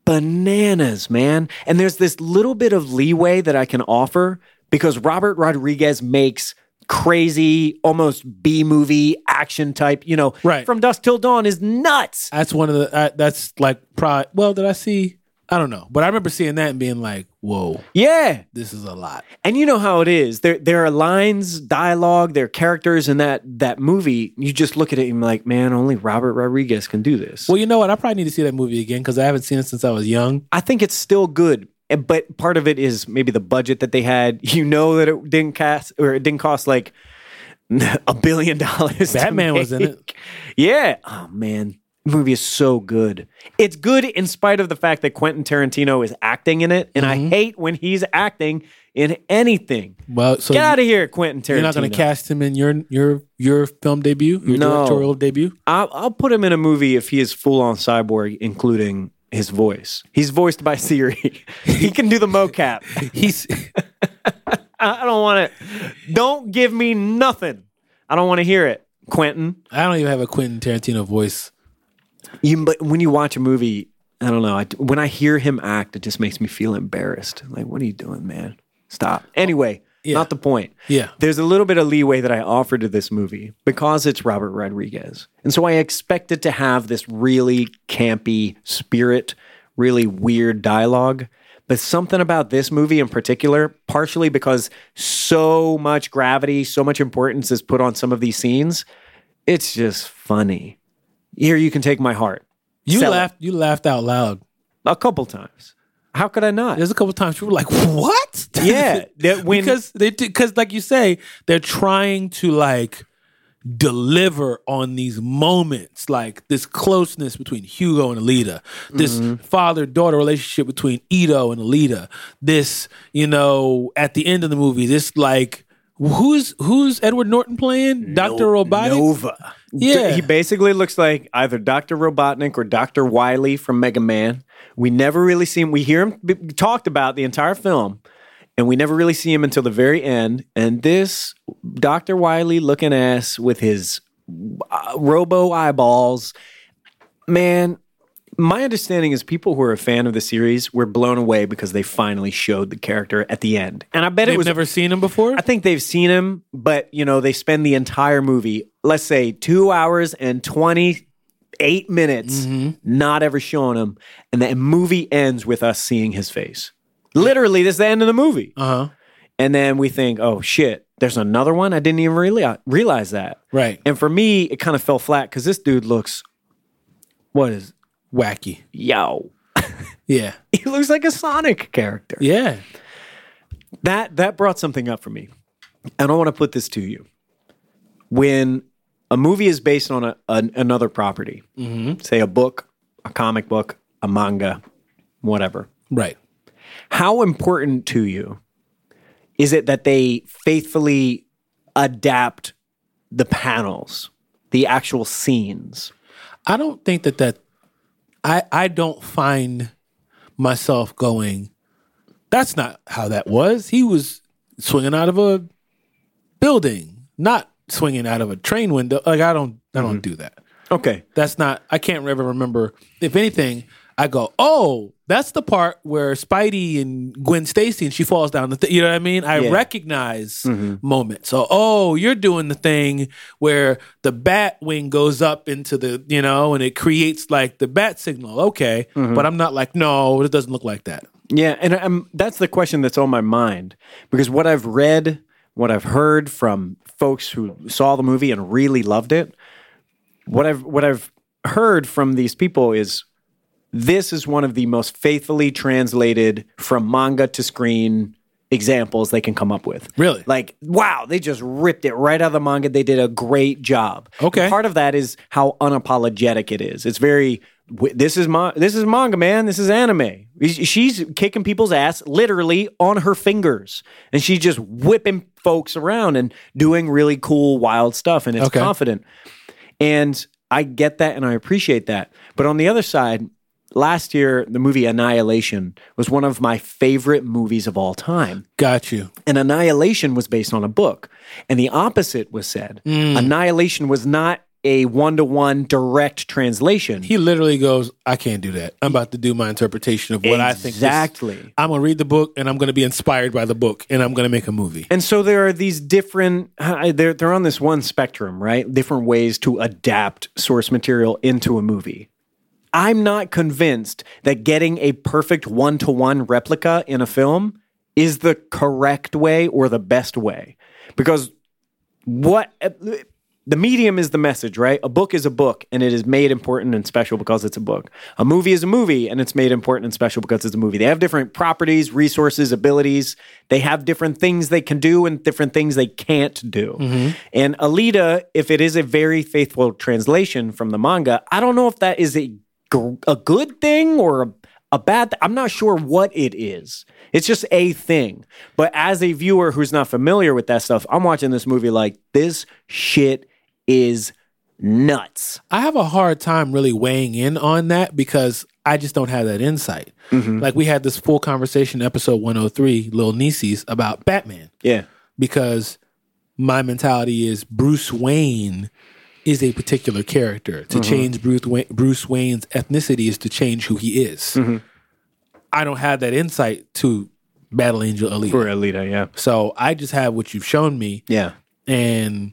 [SPEAKER 2] bananas, man. And there's this little bit of leeway that I can offer because Robert Rodriguez makes crazy, almost B movie action type, you know,
[SPEAKER 1] Right.
[SPEAKER 2] from dusk till dawn is nuts.
[SPEAKER 1] That's one of the. I, that's like pride. Well, did I see? I don't know, but I remember seeing that and being like, "Whoa,
[SPEAKER 2] Yeah.
[SPEAKER 1] this is a lot."
[SPEAKER 2] And you know how it is. There there are lines, dialogue, there are characters in that that movie. You just look at it and you're like, man, only Robert Rodriguez can do this.
[SPEAKER 1] Well, you know what? I probably need to see that movie again because I haven't seen it since I was young.
[SPEAKER 2] I think it's still good. And- But part of it is maybe the budget that they had. You know that it didn't cast or it didn't cost like a billion dollars. to
[SPEAKER 1] Batman was in it.
[SPEAKER 2] make. Yeah. Oh man. The movie is so good. It's good in spite of the fact that Quentin Tarantino is acting in it, and I hate when he's acting in anything.
[SPEAKER 1] Well, Mm-hmm. so
[SPEAKER 2] Get out of here, Quentin Tarantino.
[SPEAKER 1] you're not going to cast him in your your your film debut, your
[SPEAKER 2] No.
[SPEAKER 1] directorial debut.
[SPEAKER 2] I'll, I'll put him in a movie if he is full on cyborg, including his voice. He's voiced by Siri. he can do the mocap.
[SPEAKER 1] He's
[SPEAKER 2] I I don't want it. Don't give me nothing. I don't want to hear it, Quentin.
[SPEAKER 1] I don't even have a Quentin Tarantino voice.
[SPEAKER 2] You, but when you watch a movie, I don't know. I, when I hear him act, it just makes me feel embarrassed. Like, what are you doing, man? Stop. Anyway, not the point.
[SPEAKER 1] Yeah.
[SPEAKER 2] There's a little bit of leeway that I offer to this movie because it's Robert Rodriguez. And so I expect it to have this really campy spirit, really weird dialogue. But something about this movie in particular, partially because so much gravity, so much importance is put on some of these scenes, it's just funny. Here, you can take my heart.
[SPEAKER 1] You
[SPEAKER 2] Sell it.
[SPEAKER 1] laughed. You laughed out loud.
[SPEAKER 2] A couple times. How could I not?
[SPEAKER 1] There's a couple times you were like, "What?"
[SPEAKER 2] Yeah, that when-
[SPEAKER 1] because they because like you say, they're trying to like deliver on these moments, like this closeness between Hugo and Alita, this
[SPEAKER 2] Mm-hmm.
[SPEAKER 1] father daughter relationship between Ito and Alita, this you know at the end of the movie, this like who's who's Edward Norton playing Doctor Robotic?
[SPEAKER 2] Nova.
[SPEAKER 1] Yeah.
[SPEAKER 2] He basically looks like either Dr. Robotnik or Dr. Wiley from Mega Man. We never really see him. We hear him b- talked about the entire film, and we never really see him until the very end. And this Dr. Wiley looking ass with his uh, robo eyeballs, man. My understanding is people who are a fan of the series were blown away because they finally showed the character at the end. And I bet it
[SPEAKER 1] They've
[SPEAKER 2] was
[SPEAKER 1] never seen him before.
[SPEAKER 2] I think they've seen him, but you know, they spend the entire movie, let's say two hours and 28 minutes, not ever showing him. And the movie ends with us seeing his face. Literally, this is the end of the movie.
[SPEAKER 1] Uh huh.
[SPEAKER 2] And then we think, oh shit, there's another one? I didn't even really realize that.
[SPEAKER 1] Right.
[SPEAKER 2] And for me, it kind of fell flat because this dude looks, what is,
[SPEAKER 1] Wacky.
[SPEAKER 2] yo,
[SPEAKER 1] Yeah.
[SPEAKER 2] he looks like a Sonic character.
[SPEAKER 1] Yeah.
[SPEAKER 2] that that brought something up for me and i want to put this to you when a movie is based on a, an another property say a book a comic book a manga whatever
[SPEAKER 1] Right.
[SPEAKER 2] how important to you is it that they faithfully adapt the panels the actual scenes
[SPEAKER 1] I don't think that that I I don't find myself going. That's not how that was. He was swinging out of a building, not swinging out of a train window. Like I don't I don't do that.
[SPEAKER 2] okay
[SPEAKER 1] That's not. I can't ever remember. If anything, I go, oh, that's the part where Spidey and Gwen Stacy and she falls down the. Th- you know what I mean? I
[SPEAKER 2] Yeah. Mm-hmm.
[SPEAKER 1] recognize moments. So, oh, you're doing the thing where the bat wing goes up into the, you know, and it creates like the bat signal. Okay,
[SPEAKER 2] Mm-hmm.
[SPEAKER 1] but I'm not like, no, it doesn't look like that.
[SPEAKER 2] Yeah, and I'm, that's the question that's on my mind because what I've read, what I've heard from folks who saw the movie and really loved it, what I've what I've heard from these people is this is one of the most faithfully translated from manga to screen examples they can come up with.
[SPEAKER 1] Really?
[SPEAKER 2] Like, wow, they just ripped it right out of the manga. They did a great job.
[SPEAKER 1] Okay.
[SPEAKER 2] And part of that is how unapologetic it is. It's very w- this is ma- this is manga, man. This is anime. She's kicking people's ass literally on her fingers, and she's just whipping folks around and doing really cool, wild stuff. And it's
[SPEAKER 1] Okay.
[SPEAKER 2] confident. And I get that and I appreciate that. But on the other side, last year, the movie Annihilation was one of my favorite movies of all time.
[SPEAKER 1] Got you.
[SPEAKER 2] And Annihilation was based on a book. And the opposite was said
[SPEAKER 1] Hmm.
[SPEAKER 2] Annihilation was not a one to one direct translation.
[SPEAKER 1] He literally goes, I can't do that. I'm about to do my interpretation of what I think. this-
[SPEAKER 2] Exactly.
[SPEAKER 1] I'm gonna read the book and I'm gonna be inspired by the book and I'm gonna make a movie.
[SPEAKER 2] And so there are these different I- they're they're on this one spectrum, right? Different ways to adapt source material into a movie. I'm not convinced that getting a perfect one-to-one replica in a film is the correct way or the best way. Because what the medium is the message, right? A book is a book and it is made important and special because it's a book. A movie is a movie and it's made important and special because it's a movie. They have different properties, resources, abilities. They have different things they can do and different things they can't do. And Alita, if it is a very faithful translation from the manga, I don't know if that is a gr- a good thing or a, a bad th- I'm not sure what it is. It's just a thing. But as a viewer who's not familiar with that stuff, I'm watching this movie like this shit is nuts.
[SPEAKER 1] I have a hard time really weighing in on that because I just don't have that insight. Like we had this full conversation in episode 103, Lil Nieces, about Batman
[SPEAKER 2] Yeah.
[SPEAKER 1] because my mentality is Bruce Wayne is a particular character. To change Bruce, Wa- Bruce Wayne's ethnicity is to change who he is. I don't have that insight to Battle Angel Elite.
[SPEAKER 2] Or Alita, yeah.
[SPEAKER 1] So I just have what you've shown me
[SPEAKER 2] Yeah.
[SPEAKER 1] and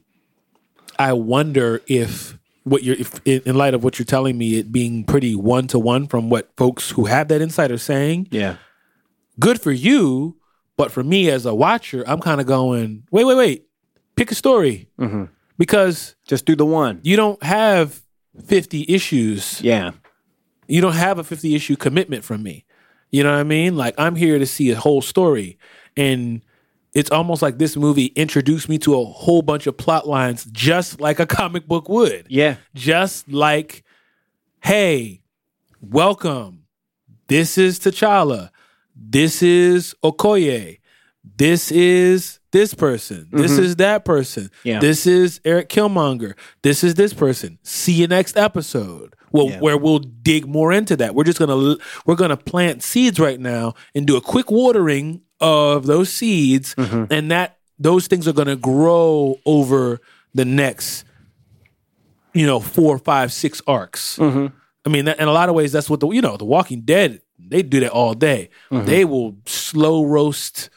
[SPEAKER 1] I wonder if what you're if in in light of what you're telling me, it being pretty one to one from what folks who have that insight are saying.
[SPEAKER 2] Yeah.
[SPEAKER 1] Good for you, but for me as a watcher, I'm kind of going, wait, wait, wait, pick a story because
[SPEAKER 2] Just do the one.
[SPEAKER 1] you don't have 50 issues.
[SPEAKER 2] Yeah.
[SPEAKER 1] You don't have a 50 issue commitment from me. You know what I mean? Like I'm here to see a whole story and it's almost like this movie introduced me to a whole bunch of plot lines just like a comic book would
[SPEAKER 2] Yeah.
[SPEAKER 1] just like, hey, welcome. This is T'Challa. This is Okoye. This is this person. This is that person.
[SPEAKER 2] Mm-hmm. Yeah.
[SPEAKER 1] This is Eric Killmonger. This is this person. See you next episode. Well,
[SPEAKER 2] Yeah.
[SPEAKER 1] where we'll dig more into that. We're just gonna l- we're gonna plant seeds right now and do a quick watering of those seeds,
[SPEAKER 2] Mm-hmm.
[SPEAKER 1] and that those things are gonna grow over the next you know four, five, six arcs.
[SPEAKER 2] Mm-hmm.
[SPEAKER 1] I mean, that, in a lot of ways, that's what the you know the Walking Dead they do that all day. They will slow roast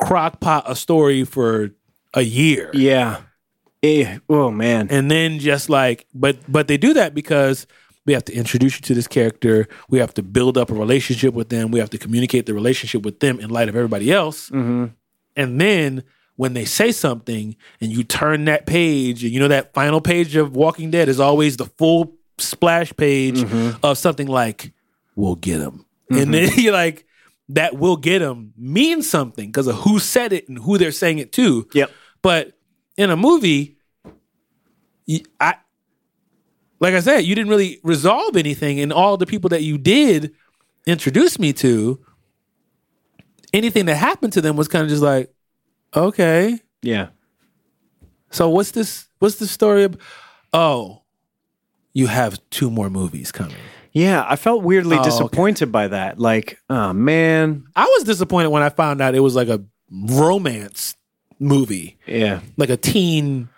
[SPEAKER 1] crock pot a story for a year,
[SPEAKER 2] Yeah. Eh, Oh man.
[SPEAKER 1] and then just like but but they do that because we have to introduce you to this character. We have to build up a relationship with them. We have to communicate the relationship with them in light of everybody else. And then when they say something and you turn that page, and you know that final page of Walking Dead is always the full splash page of something like, we'll get them. And then you're like, that will get them means something because of who said it and who they're saying it to.
[SPEAKER 2] Yep.
[SPEAKER 1] But in a movie, y- I, like I said, you didn't really resolve anything, and all the people that you did introduce me to, anything that happened to them was kind of just like, okay,
[SPEAKER 2] Yeah.
[SPEAKER 1] so what's this? What's the story? Of, oh, you have two more movies coming.
[SPEAKER 2] Yeah. I felt weirdly
[SPEAKER 1] okay.
[SPEAKER 2] disappointed by that. Like, oh man.
[SPEAKER 1] I was disappointed when I found out it was like a romance movie,
[SPEAKER 2] Yeah.
[SPEAKER 1] like a teen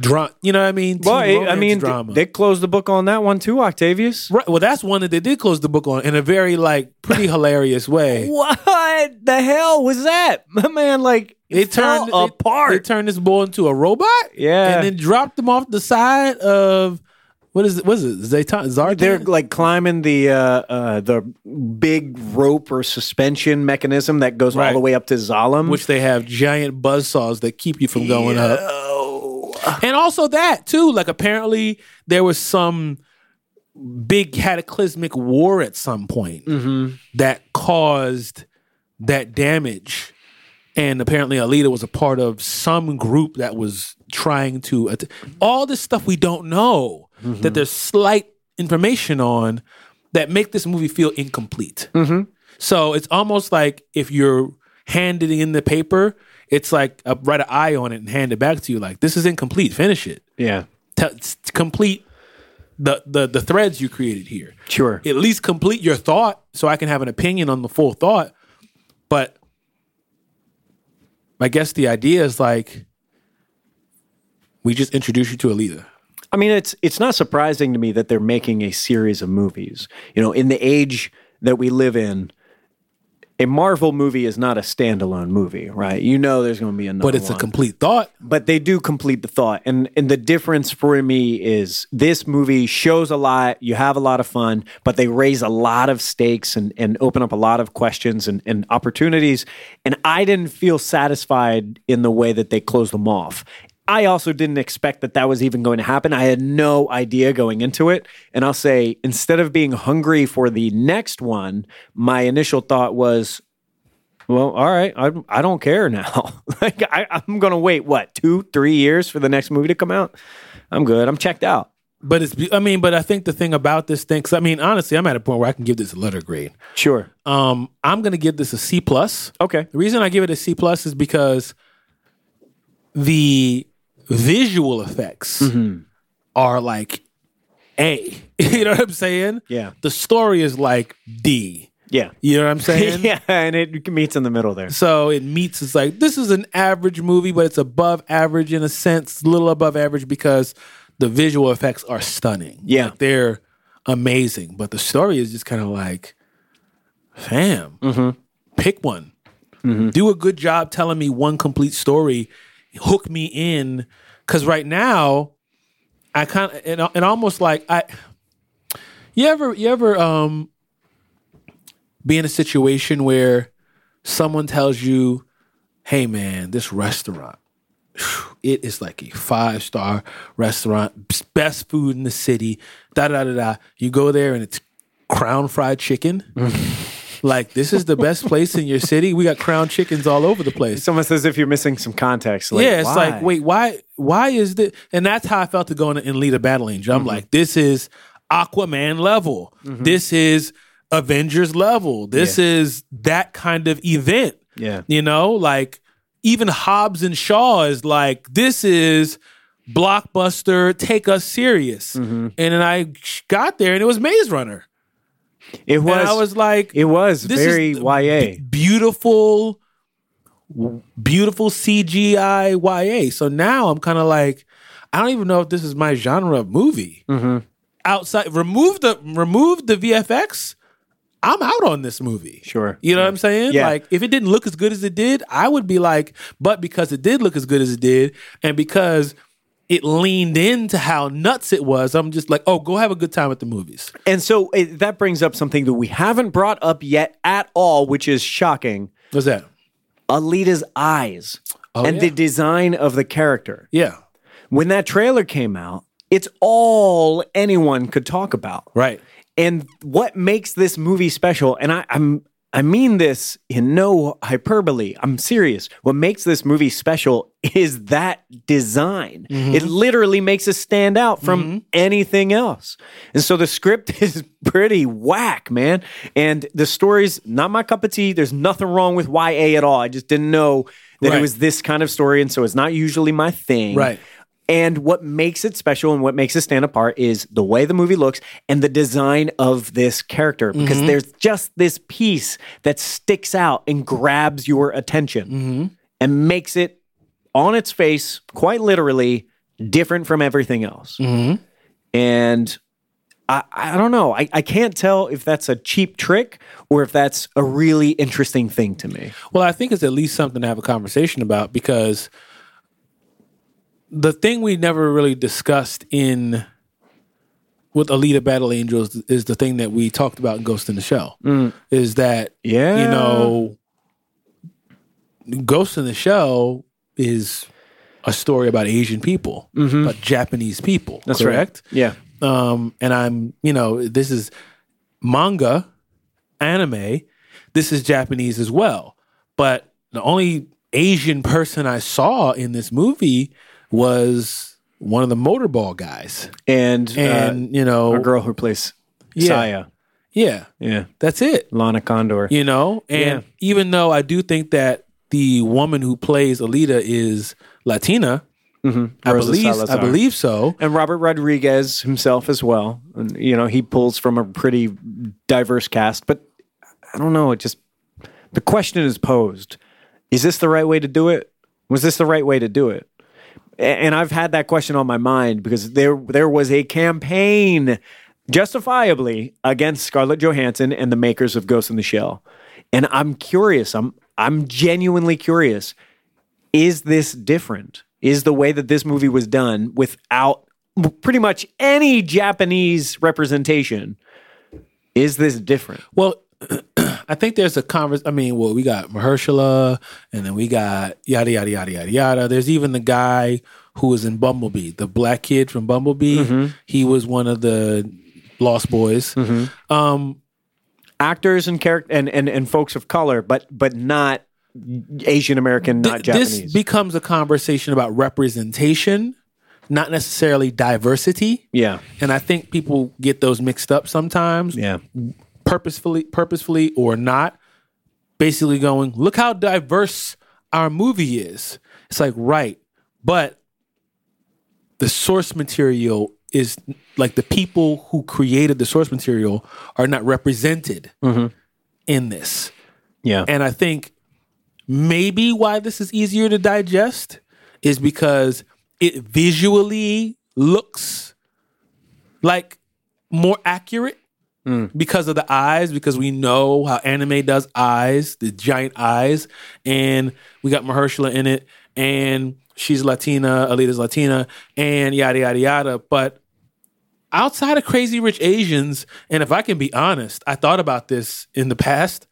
[SPEAKER 1] drama. You know what I mean? Teen
[SPEAKER 2] Well, I- I
[SPEAKER 1] romance
[SPEAKER 2] mean, they closed the book on that one too, Octavius.
[SPEAKER 1] Right. Well, that's one that they did close the book on in a very like pretty hilarious way.
[SPEAKER 2] What the hell was that? My man, like
[SPEAKER 1] They turned
[SPEAKER 2] fell
[SPEAKER 1] they- They, turned this boy into a robot.
[SPEAKER 2] Yeah.
[SPEAKER 1] And then dropped him off the side of what is it? What is it? Zaytan Zartan.
[SPEAKER 2] They're like climbing the uh, uh, the big rope or suspension mechanism that goes all
[SPEAKER 1] Right.
[SPEAKER 2] the way up to Zalem.
[SPEAKER 1] which they have giant buzzsaws that keep you from going up.
[SPEAKER 2] Oh.
[SPEAKER 1] and also that too like apparently there was some big cataclysmic war at some point that caused that damage and apparently alita was a part of some group that was trying to att- all this stuff we don't know that there's slight information on that make this movie feel incomplete so it's almost like if you're handed in the paper, it's like uh, write an eye on it and hand it back to you. Like this is incomplete. Finish it.
[SPEAKER 2] Yeah,
[SPEAKER 1] T- s- complete the, the the threads you created here.
[SPEAKER 2] sure.
[SPEAKER 1] At least complete your thought so I can have an opinion on the full thought. But I guess the idea is like we just introduce you to Alita.
[SPEAKER 2] I mean, it's it's not surprising to me that they're making a series of movies. You know, in the age that we live in, a Marvel movie is not a standalone movie, right? You know, there's going to be another.
[SPEAKER 1] But it's a
[SPEAKER 2] one.
[SPEAKER 1] complete thought.
[SPEAKER 2] but they do complete the thought and and the difference for me is this movie shows a lot you have a lot of fun but they raise a lot of stakes and and open up a lot of questions and, and opportunities and i didn't feel satisfied in the way that they closed them off I also didn't expect that that was even going to happen. I had no idea going into it. And I'll say, instead of being hungry for the next one, my initial thought was, well, all right, I, I don't care now. like, I, I'm going to wait, what, two, three years for the next movie to come out? I'm good. I'm checked out.
[SPEAKER 1] But it's, be- I mean, but I think the thing about this thing, 'cause I mean, honestly, I'm at a point where I can give this a letter grade.
[SPEAKER 2] Sure.
[SPEAKER 1] Um, I'm going to give this a C plus.
[SPEAKER 2] Okay.
[SPEAKER 1] The reason I give it a C plus is because the visual effects
[SPEAKER 2] Mm-hmm.
[SPEAKER 1] are like A. You know what I'm saying?
[SPEAKER 2] Yeah.
[SPEAKER 1] The story is like D.
[SPEAKER 2] Yeah.
[SPEAKER 1] You know what I'm saying?
[SPEAKER 2] yeah. And it meets in the middle there.
[SPEAKER 1] So it meets. It's like this is an average movie, but it's above average in a sense, a little above average because the visual effects are stunning.
[SPEAKER 2] Yeah.
[SPEAKER 1] Like, they're amazing, but the story is just kind of like, fam,
[SPEAKER 2] Mm-hmm.
[SPEAKER 1] pick one, do a good job telling me one complete story, hook me in, because right now, I kind of and, and almost like I. You ever you ever um be in a situation where someone tells you, hey man, this restaurant, phew, it is like a five star restaurant, bs- best food in the city, da da da da. You go there and it's crown fried chicken. like, this is the best place in your city. We got crown chickens all over the place.
[SPEAKER 2] It's almost as if you're missing some context. Like,
[SPEAKER 1] yeah, it's
[SPEAKER 2] why?
[SPEAKER 1] like, wait, why why is this? And that's how I felt to go in and lead a battle angel. I'm
[SPEAKER 2] Mm-hmm.
[SPEAKER 1] like, this is Aquaman level. This is Avengers level. This is that kind of event.
[SPEAKER 2] Yeah.
[SPEAKER 1] You know, like even Hobbs and Shaw is like, this is blockbuster, take us serious.
[SPEAKER 2] Mm-hmm.
[SPEAKER 1] And then I got there and it was Maze Runner.
[SPEAKER 2] It was.
[SPEAKER 1] and I was like,
[SPEAKER 2] it was
[SPEAKER 1] this
[SPEAKER 2] very
[SPEAKER 1] is
[SPEAKER 2] YA.
[SPEAKER 1] b- beautiful, beautiful CGI YA. So now I'm kind of like, I don't even know if this is my genre of movie.
[SPEAKER 2] Mm-hmm.
[SPEAKER 1] Outside, remove the remove the VFX. I'm out on this movie.
[SPEAKER 2] Sure.
[SPEAKER 1] You know what I'm saying?
[SPEAKER 2] Yeah.
[SPEAKER 1] Like, if it didn't look as good as it did, I would be like, but because it did look as good as it did, and because it leaned into how nuts it was, I'm just like, oh, go have a good time at the movies.
[SPEAKER 2] And so it, that brings up something that we haven't brought up yet at all, which is shocking.
[SPEAKER 1] What's that?
[SPEAKER 2] Alita's eyes and
[SPEAKER 1] yeah.
[SPEAKER 2] the design of the character.
[SPEAKER 1] Yeah.
[SPEAKER 2] When that trailer came out, it's all anyone could talk about.
[SPEAKER 1] Right.
[SPEAKER 2] And what makes this movie special, and I, I'm I mean this in no hyperbole. I'm serious. What makes this movie special is that design.
[SPEAKER 1] Mm-hmm.
[SPEAKER 2] It literally makes us stand out from anything else. And so the script is pretty whack, man. And the story's not my cup of tea. There's nothing wrong with YA at all. I just didn't know that it
[SPEAKER 1] Right.
[SPEAKER 2] was this kind of story. And so it's not usually my thing.
[SPEAKER 1] Right.
[SPEAKER 2] And what makes it special and what makes it stand apart is the way the movie looks and the design of this character because
[SPEAKER 1] Mm-hmm.
[SPEAKER 2] there's just this piece that sticks out and grabs your attention
[SPEAKER 1] Mm-hmm.
[SPEAKER 2] and makes it on its face, quite literally, different from everything else.
[SPEAKER 1] Mm-hmm.
[SPEAKER 2] And I, I don't know. I, I can't tell if that's a cheap trick or if that's a really interesting thing to me.
[SPEAKER 1] Well, I think it's at least something to have a conversation about because the thing we never really discussed in with Alita Battle Angels is the thing that we talked about in Ghost in the Shell. Is that
[SPEAKER 2] Yeah.
[SPEAKER 1] you know Ghost in the Shell is a story about Asian people, about Japanese people. That's correct.
[SPEAKER 2] Yeah.
[SPEAKER 1] Um, and I'm, you know, this is manga, anime. This is Japanese as well. But the only Asian person I saw in this movie was one of the motorball guys.
[SPEAKER 2] And, uh,
[SPEAKER 1] And, you know,
[SPEAKER 2] a girl who plays
[SPEAKER 1] Yeah.
[SPEAKER 2] Saya.
[SPEAKER 1] yeah,
[SPEAKER 2] Yeah.
[SPEAKER 1] that's it.
[SPEAKER 2] Lana Condor.
[SPEAKER 1] You know? And even though I do think that the woman who plays Alita is Latina, I,
[SPEAKER 2] Rosa
[SPEAKER 1] believe, I
[SPEAKER 2] Salazar.
[SPEAKER 1] believe so.
[SPEAKER 2] And Robert Rodriguez himself as well. And, you know, he pulls from a pretty diverse cast, but I don't know. It just, the question is posed Is this the right way to do it? Was this the right way to do it? A- And I've had that question on my mind because there there was a campaign justifiably against Scarlett Johansson and the makers of Ghost in the Shell. And I'm curious. I'm I'm genuinely curious is this different? Is the way that this movie was done without pretty much any Japanese representation? Is this different?
[SPEAKER 1] Well, I I think there's a converse. I mean, well, we got Mahershala, and then we got yada yada yada yada yada. There's even the guy who was in Bumblebee, the black kid from Bumblebee.
[SPEAKER 2] Mm-hmm.
[SPEAKER 1] He was one of the Lost Boys. Um,
[SPEAKER 2] Actors and character and, and, and folks of color, but but not Asian American, not
[SPEAKER 1] Th-
[SPEAKER 2] Japanese.
[SPEAKER 1] This becomes a conversation about representation, not necessarily diversity.
[SPEAKER 2] yeah,
[SPEAKER 1] And I think people get those mixed up sometimes,
[SPEAKER 2] yeah,
[SPEAKER 1] purposefully, purposefully or not. Basically, going look how diverse our movie is. It's like right, but the source material is like the people who created the source material are not represented in this.
[SPEAKER 2] yeah.
[SPEAKER 1] And I think maybe why this is easier to digest is because it visually looks like more accurate because of the eyes, because we know how anime does eyes, the giant eyes. And we got Mahershala in it, and she's Latina, Alita's Latina, and yada, yada, yada. But outside of Crazy Rich Asians, and if I can be honest, I thought about this in the past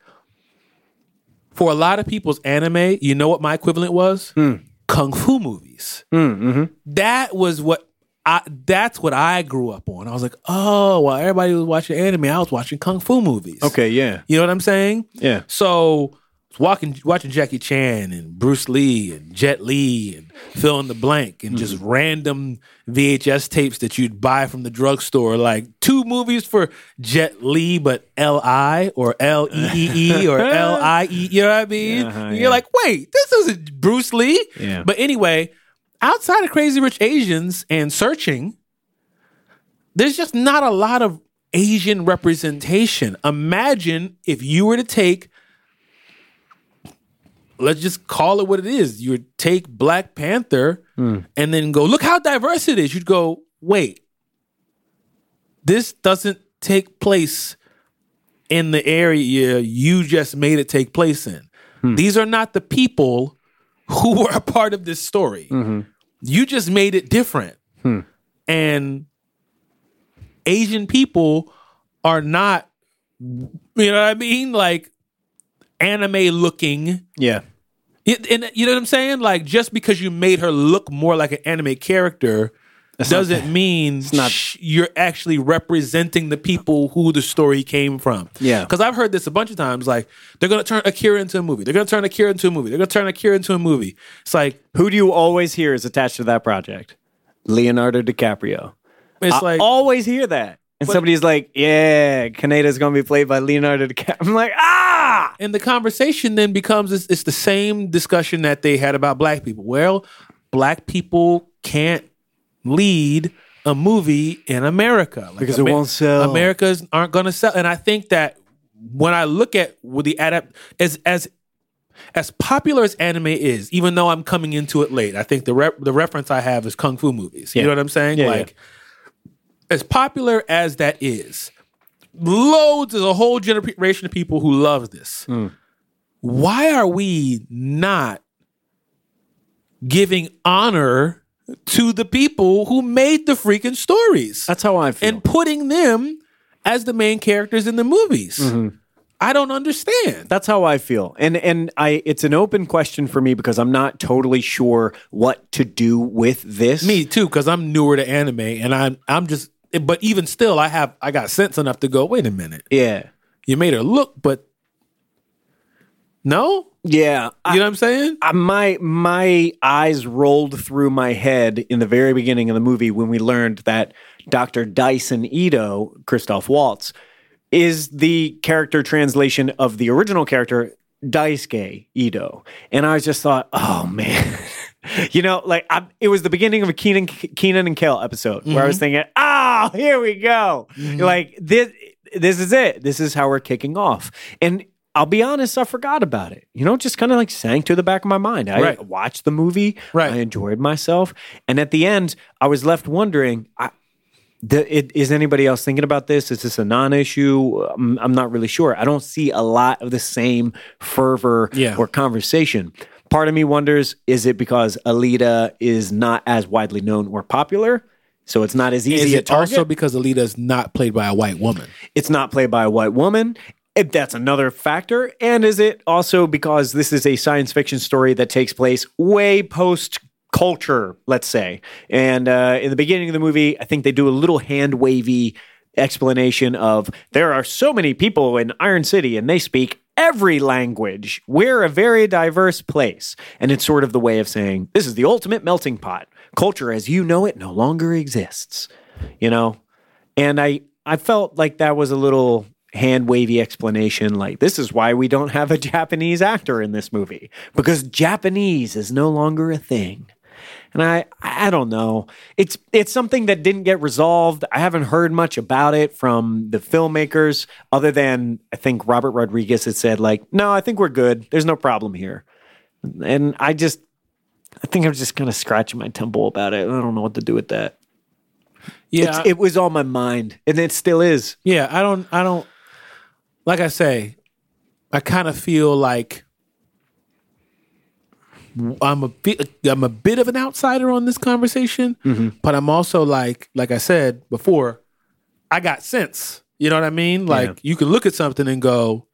[SPEAKER 1] for a lot of people's anime, you know what my equivalent was? Kung Fu movies. That was what I that's what I grew up on. I was like, oh, while everybody was watching anime, I was watching Kung Fu movies.
[SPEAKER 2] okay, yeah,
[SPEAKER 1] You know what I'm saying?
[SPEAKER 2] yeah,
[SPEAKER 1] So walking, watching Jackie Chan and Bruce Lee and Jet Li and fill in the blank and
[SPEAKER 2] Mm-hmm.
[SPEAKER 1] just random VHS tapes that you'd buy from the drugstore, like two movies for Jet Li, but L I or L E E E or L I E. You know what I mean?
[SPEAKER 2] Uh-huh,
[SPEAKER 1] You're
[SPEAKER 2] yeah.
[SPEAKER 1] like, wait, this isn't Bruce Lee.
[SPEAKER 2] Yeah.
[SPEAKER 1] But anyway, outside of Crazy Rich Asians and searching there's just not a lot of Asian representation. Imagine if you were to take, let's just call it what it is. You would take Black Panther and then go, look how diverse it is. You'd go, wait, this doesn't take place in the area you just made it take place in. These are not the people who were a part of this story. You just made it different. And Asian people are not, you know what I mean? Like anime looking.
[SPEAKER 2] yeah,
[SPEAKER 1] It- And you know what I'm saying? Like just because you made her look more like an anime character doesn't mean
[SPEAKER 2] not-
[SPEAKER 1] sh- you're actually representing the people who the story came from.
[SPEAKER 2] Yeah.
[SPEAKER 1] Because I've heard this a bunch of times. Like they're going to turn Akira into a movie. They're going to turn Akira into a movie. They're going to turn Akira into a movie. It's like,
[SPEAKER 2] Who do you always hear is attached to that project? Leonardo DiCaprio.
[SPEAKER 1] it's
[SPEAKER 2] I
[SPEAKER 1] like,
[SPEAKER 2] always hear that. And somebody's like, yeah, Kaneda's going to be played by Leonardo DiCaprio. I'm like, ah!
[SPEAKER 1] and the conversation then becomes it's, it's the same discussion that they had about black people. Well, black people can't lead a movie in America Like,
[SPEAKER 2] Because it won't sell.
[SPEAKER 1] Americas aren't going to sell, and I think that when I look at with the adapt as as as popular as anime is, even though I'm coming into it late, I think the re- the reference I have is kung fu movies. You know what I'm saying?
[SPEAKER 2] Yeah, yeah.
[SPEAKER 1] like as popular as that is, loads there's a whole generation of people who love this. Why are we not giving honor to the people who made the freaking stories?
[SPEAKER 2] That's how I feel.
[SPEAKER 1] and putting them as the main characters in the movies. I don't understand.
[SPEAKER 2] That's how I feel. And and I it's an open question for me because I'm not totally sure what to do with this.
[SPEAKER 1] Me too, because I'm newer to anime, and I'm I'm just. But even still, I have I got sense enough to go. Wait a minute,
[SPEAKER 2] Yeah.
[SPEAKER 1] you made her look, but no,
[SPEAKER 2] Yeah. I-
[SPEAKER 1] you know what I'm saying?
[SPEAKER 2] I- my my eyes rolled through my head in the very beginning of the movie when we learned that Dr. Dyson Ito, Christoph Waltz, is the character translation of the original character Daisuke Ito. And I just thought, oh man. You know, like I, it was the beginning of a Keenan, Keenan and Kel episode where I was thinking, "Oh, here we go!" Like this, this is it. This is how we're kicking off. And I'll be honest, I forgot about it. You know, it just kind of like sank to the back of my mind. I
[SPEAKER 1] Right.
[SPEAKER 2] watched the movie.
[SPEAKER 1] Right.
[SPEAKER 2] I enjoyed myself, and at the end, I was left wondering, I, the, it, is anybody else thinking about this? Is this a non-issue? I'm, I'm not really sure. I don't see a lot of the same fervor
[SPEAKER 1] Yeah.
[SPEAKER 2] or conversation. Part of me wonders: is it because Alita is not as widely known or popular, so it's not as easy
[SPEAKER 1] Is
[SPEAKER 2] a
[SPEAKER 1] it
[SPEAKER 2] target?
[SPEAKER 1] also because Alita's not played by a white woman?
[SPEAKER 2] it's not played by a white woman. If that's another factor. And is it also because this is a science fiction story that takes place way post culture, let's say? And uh, in the beginning of the movie, I think they do a little hand wavy explanation of there are so many people in Iron City and they speak every language. We're a very diverse place. And it's sort of the way of saying this is the ultimate melting pot. Culture as you know it no longer exists, you know? And I, I felt like that was a little hand wavy explanation like this is why we don't have a Japanese actor in this movie because Japanese is no longer a thing. And I I don't know. It's it's something that didn't get resolved. I haven't heard much about it from the filmmakers other than I think Robert Rodriguez had said like, "No, I think we're good. There's no problem here." And I just I think I'm just kind of scratching my temple about it. I don't know what to do with that.
[SPEAKER 1] Yeah,
[SPEAKER 2] It's, it was on my mind and it still is.
[SPEAKER 1] Yeah, I don't I don't like I say, I kind of feel like I'm a bit, I'm a bit of an outsider on this conversation, but I'm also like like I said before, I got sense. You know what I mean? Like you can look at something and go,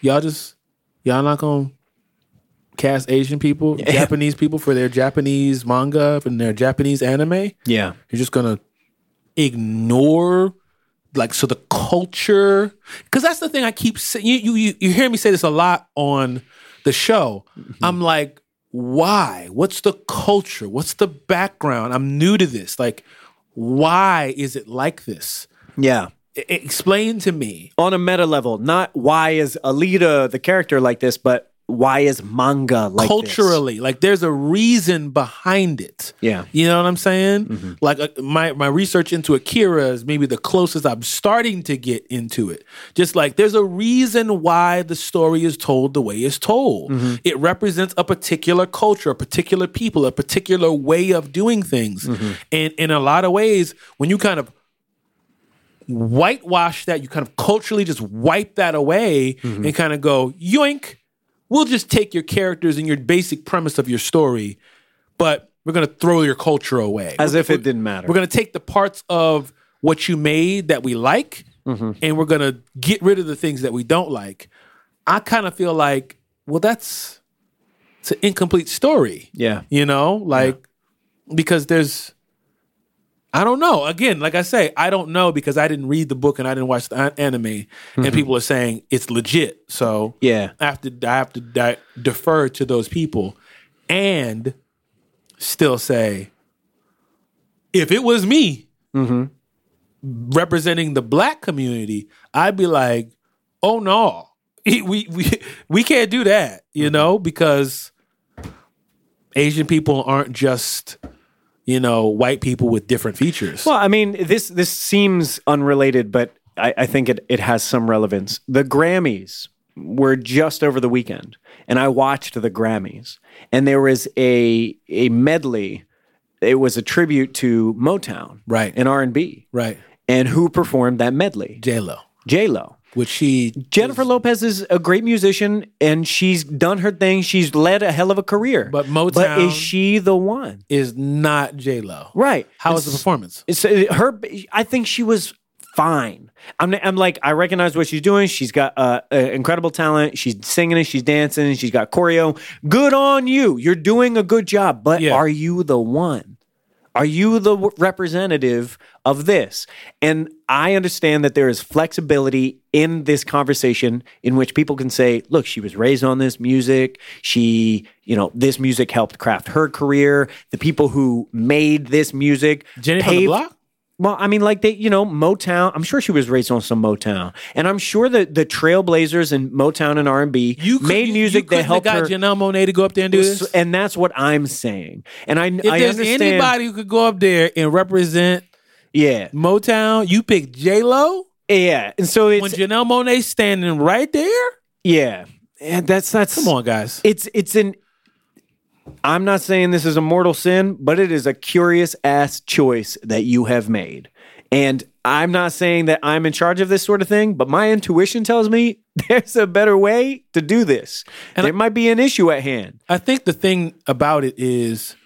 [SPEAKER 1] y'all just y'all not gonna cast Asian people, Japanese people for their Japanese manga and their Japanese anime.
[SPEAKER 2] Yeah.
[SPEAKER 1] You're just gonna ignore like so the culture because that's the thing I keep saying. You, you you you hear me say this a lot on the show. I'm like, why? What's the culture? What's the background? I'm new to this. Like, why is it like this?
[SPEAKER 2] Yeah.
[SPEAKER 1] I- I- explain to me.
[SPEAKER 2] on a meta level, not why is Alita the character like this, but why is manga like this?
[SPEAKER 1] culturally like there's a reason behind it
[SPEAKER 2] Yeah. Mm-hmm.
[SPEAKER 1] you know what i'm saying like uh, my my research into akira is maybe the closest i'm starting to get into it just like there's a reason why the story is told the way it's told
[SPEAKER 2] Mm-hmm.
[SPEAKER 1] it represents a particular culture a particular people a particular way of doing things
[SPEAKER 2] Mm-hmm.
[SPEAKER 1] and in a lot of ways when you kind of whitewash that, you kind of culturally just wipe that away
[SPEAKER 2] Mm-hmm.
[SPEAKER 1] and kind of go, yoink, we'll just take your characters and your basic premise of your story, but we're going to throw your culture away.
[SPEAKER 2] As if it didn't matter.
[SPEAKER 1] we're going to take the parts of what you made that we like and we're going to get rid of the things that we don't like. I kind of feel like, well, that's it's an incomplete story
[SPEAKER 2] yeah.
[SPEAKER 1] you know like because there's i don't know again like i say i don't know because i didn't read the book and i didn't watch the an- anime and people are saying it's legit so
[SPEAKER 2] Mm-hmm. Yeah.
[SPEAKER 1] i have to i have to di- defer to those people and still say if it was me representing the black community i'd be like oh no we we we can't do that you
[SPEAKER 2] Mm-hmm.
[SPEAKER 1] know because Asian people aren't just, you know, white people with different features.
[SPEAKER 2] Well, I mean, this this seems unrelated, but I, I think it, it has some relevance. The Grammys were just over the weekend, and I watched the Grammys, and there was a a medley. It was a tribute to Motown,
[SPEAKER 1] Right.
[SPEAKER 2] and R and B,
[SPEAKER 1] right.
[SPEAKER 2] and who performed that medley?
[SPEAKER 1] J Lo.
[SPEAKER 2] J Lo.
[SPEAKER 1] Which she
[SPEAKER 2] Jennifer Lopez is a great musician and she's done her thing. She's led a hell of a career.
[SPEAKER 1] But Motown-
[SPEAKER 2] But is she the one?
[SPEAKER 1] is not J Lo.
[SPEAKER 2] Right.
[SPEAKER 1] How was the performance?
[SPEAKER 2] It's uh, her I think she was fine. I'm I'm like I recognize what she's doing. She's got uh, uh, incredible talent. She's singing and she's dancing and she's got choreo. Good on you. You're doing a good job, but
[SPEAKER 1] Yeah.
[SPEAKER 2] are you the one? Are you the w- representative of this? And I understand that there is flexibility in this conversation in which people can say, look, she was raised on this music. She, you know, this music helped craft her career. The people who made this music.
[SPEAKER 1] Jenny from the
[SPEAKER 2] paved-
[SPEAKER 1] block?
[SPEAKER 2] well, I mean, like they, you know, Motown. I'm sure she was raised on some Motown, and I'm sure that the Trailblazers and Motown and R&B
[SPEAKER 1] could-
[SPEAKER 2] made music
[SPEAKER 1] you
[SPEAKER 2] that helped
[SPEAKER 1] got
[SPEAKER 2] her.
[SPEAKER 1] Janelle Monae to go up there and do this. If
[SPEAKER 2] and that's what I'm saying. And I, I
[SPEAKER 1] there's
[SPEAKER 2] understand.
[SPEAKER 1] anybody who could go up there and represent
[SPEAKER 2] yeah,
[SPEAKER 1] Motown, you pick J Lo
[SPEAKER 2] yeah. And so
[SPEAKER 1] when
[SPEAKER 2] it's
[SPEAKER 1] Janelle Monae's standing right there.
[SPEAKER 2] yeah. And that's that's
[SPEAKER 1] Come on, guys.
[SPEAKER 2] It's it's an. I'm not saying this is a mortal sin, but it is a curious ass choice that you have made. And I'm not saying that I'm in charge of this sort of thing, but my intuition tells me there's a better way to do this. there might be an issue at hand.
[SPEAKER 1] I think the thing about it is,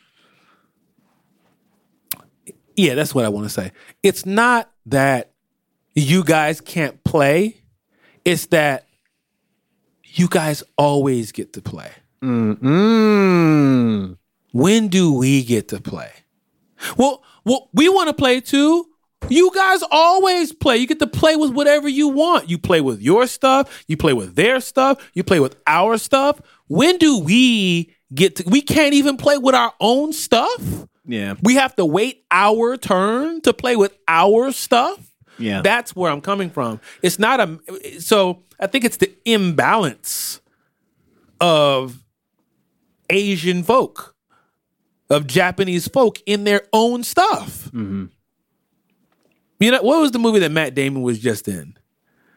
[SPEAKER 1] yeah, that's what I want to say. It's not that you guys can't play, It's that you guys always get to play.
[SPEAKER 2] Mm.
[SPEAKER 1] When do we get to play? Well, well we want to play too. You guys always play. You get to play with whatever you want. You play with your stuff, you play with their stuff, you play with our stuff. When do we get to we can't even play with our own stuff?
[SPEAKER 2] Yeah.
[SPEAKER 1] We have to wait our turn to play with our stuff.
[SPEAKER 2] Yeah.
[SPEAKER 1] That's where I'm coming from. It's not a so I think it's the imbalance of Asian folk, of Japanese folk in their own stuff.
[SPEAKER 2] Mm-hmm.
[SPEAKER 1] You know what was the movie that Matt Damon was just in?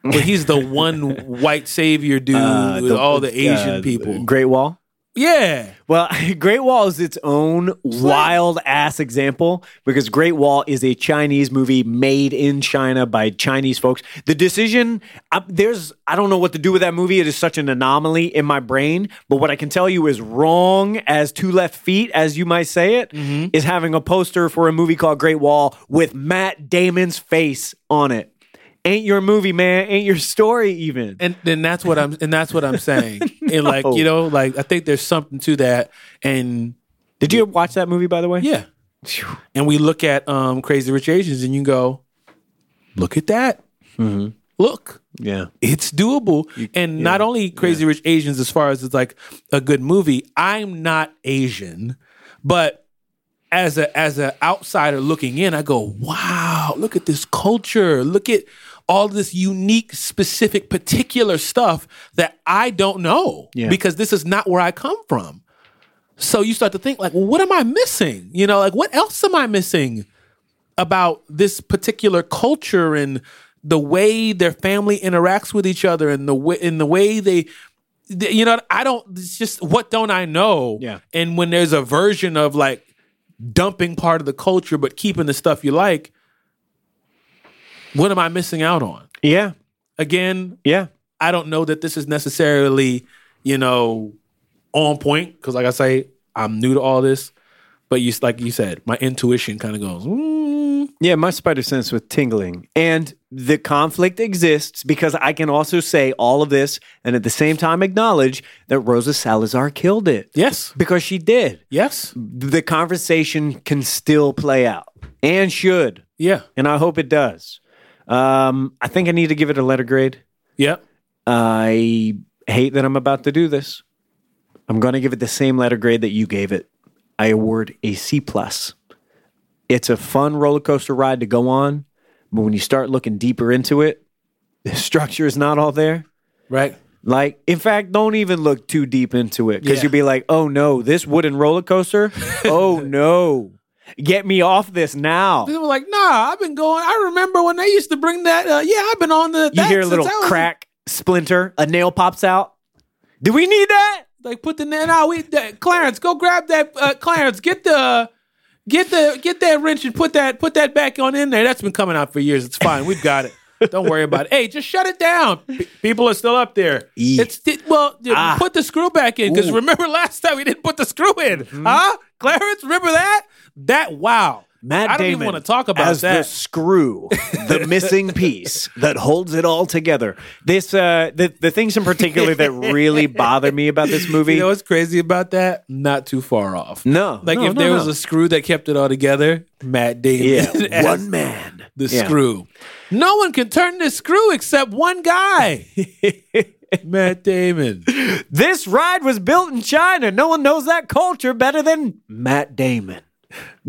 [SPEAKER 1] Where he's the one white savior dude
[SPEAKER 2] Uh,
[SPEAKER 1] with all the Asian
[SPEAKER 2] uh,
[SPEAKER 1] people.
[SPEAKER 2] Great Wall.
[SPEAKER 1] Yeah.
[SPEAKER 2] Well, Great Wall is its own wild ass example because Great Wall is a Chinese movie made in China by Chinese folks. The decision, I, there's, I don't know what to do with that movie. It is such an anomaly in my brain. But what I can tell you is wrong as two left feet, as you might say it, is
[SPEAKER 1] Mm-hmm.
[SPEAKER 2] having a poster for a movie called Great Wall with Matt Damon's face on it. Ain't your movie, man. Ain't your story, even.
[SPEAKER 1] and then that's what I'm and that's what I'm saying. And like
[SPEAKER 2] No.
[SPEAKER 1] you know, like I think there's something to that. And
[SPEAKER 2] Did you watch that movie, by the way?
[SPEAKER 1] yeah, and we look at um Crazy Rich Asians, and you go, look at that, look,
[SPEAKER 2] Yeah.
[SPEAKER 1] it's doable. and not only Crazy Rich Asians, as far as it's like a good movie. I'm not Asian, but as a as an outsider looking in, I go, wow, look at this culture. Look at all this unique, specific, particular stuff that I don't know
[SPEAKER 2] Yeah.
[SPEAKER 1] because this is not where I come from. So you start to think like, well, what am I missing? You know, like what else am I missing about this particular culture and the way their family interacts with each other and the way in the way they th- you know i don't it's just what don't i know
[SPEAKER 2] Yeah.
[SPEAKER 1] and when there's a version of like dumping part of the culture but keeping the stuff you like what am i missing out on
[SPEAKER 2] Yeah.
[SPEAKER 1] again
[SPEAKER 2] Yeah.
[SPEAKER 1] i don't know that this is necessarily you know on point because like i say i'm new to all this but you like you said my intuition kind of goes mm,
[SPEAKER 2] Yeah, my spider sense with tingling. And the conflict exists because I can also say all of this and at the same time acknowledge that Rosa Salazar killed it.
[SPEAKER 1] yes
[SPEAKER 2] Because she did.
[SPEAKER 1] yes
[SPEAKER 2] The conversation can still play out and should.
[SPEAKER 1] yeah
[SPEAKER 2] And I hope it does. Um, I think I need to give it a letter grade.
[SPEAKER 1] Yep.
[SPEAKER 2] I hate that I'm about to do this. I'm going to give it the same letter grade that you gave it. I award a C plus. It's a fun roller coaster ride to go on, but when you start looking deeper into it, the structure is not all there.
[SPEAKER 1] Right.
[SPEAKER 2] Like, in fact, don't even look too deep into it because
[SPEAKER 1] Yeah.
[SPEAKER 2] you'll be like, oh no, this wooden roller coaster? oh no, get me off this now.
[SPEAKER 1] They were like, nah, I've been going. I remember when they used to bring that. Uh, yeah, I've been on the.
[SPEAKER 2] You
[SPEAKER 1] that
[SPEAKER 2] hear a
[SPEAKER 1] since
[SPEAKER 2] little
[SPEAKER 1] I was-
[SPEAKER 2] crack, splinter, a nail pops out. Do we need that?
[SPEAKER 1] Like put the nail. Nah, we that- Clarence, go grab that. Uh, Clarence, get the. Get the get that wrench and put that put that back on in there. That's been coming out for years. It's fine. We've got it. Don't worry about it. Hey, just shut it down. P- people are still up there.
[SPEAKER 2] Eek.
[SPEAKER 1] It's it- well, dude,
[SPEAKER 2] Ah.
[SPEAKER 1] put the screw back in because
[SPEAKER 2] Ooh. Mm-hmm.
[SPEAKER 1] remember last time we didn't put the screw in, huh? Clarence, remember that? That wow.
[SPEAKER 2] Matt
[SPEAKER 1] I don't
[SPEAKER 2] Damon
[SPEAKER 1] even want to talk about
[SPEAKER 2] as
[SPEAKER 1] that.
[SPEAKER 2] the screw, the missing piece that holds it all together. This uh, the the things in particular that really bother me about this movie.
[SPEAKER 1] You know what's crazy about that? Not too far off.
[SPEAKER 2] no,
[SPEAKER 1] Like
[SPEAKER 2] no,
[SPEAKER 1] if
[SPEAKER 2] no,
[SPEAKER 1] there
[SPEAKER 2] no.
[SPEAKER 1] was a screw that kept it all together, Matt Damon
[SPEAKER 2] yeah,
[SPEAKER 1] as
[SPEAKER 2] one man,
[SPEAKER 1] the
[SPEAKER 2] Yeah.
[SPEAKER 1] screw. No one can turn this screw except one guy. Matt Damon.
[SPEAKER 2] This ride was built in China. No one knows that culture better than Matt Damon.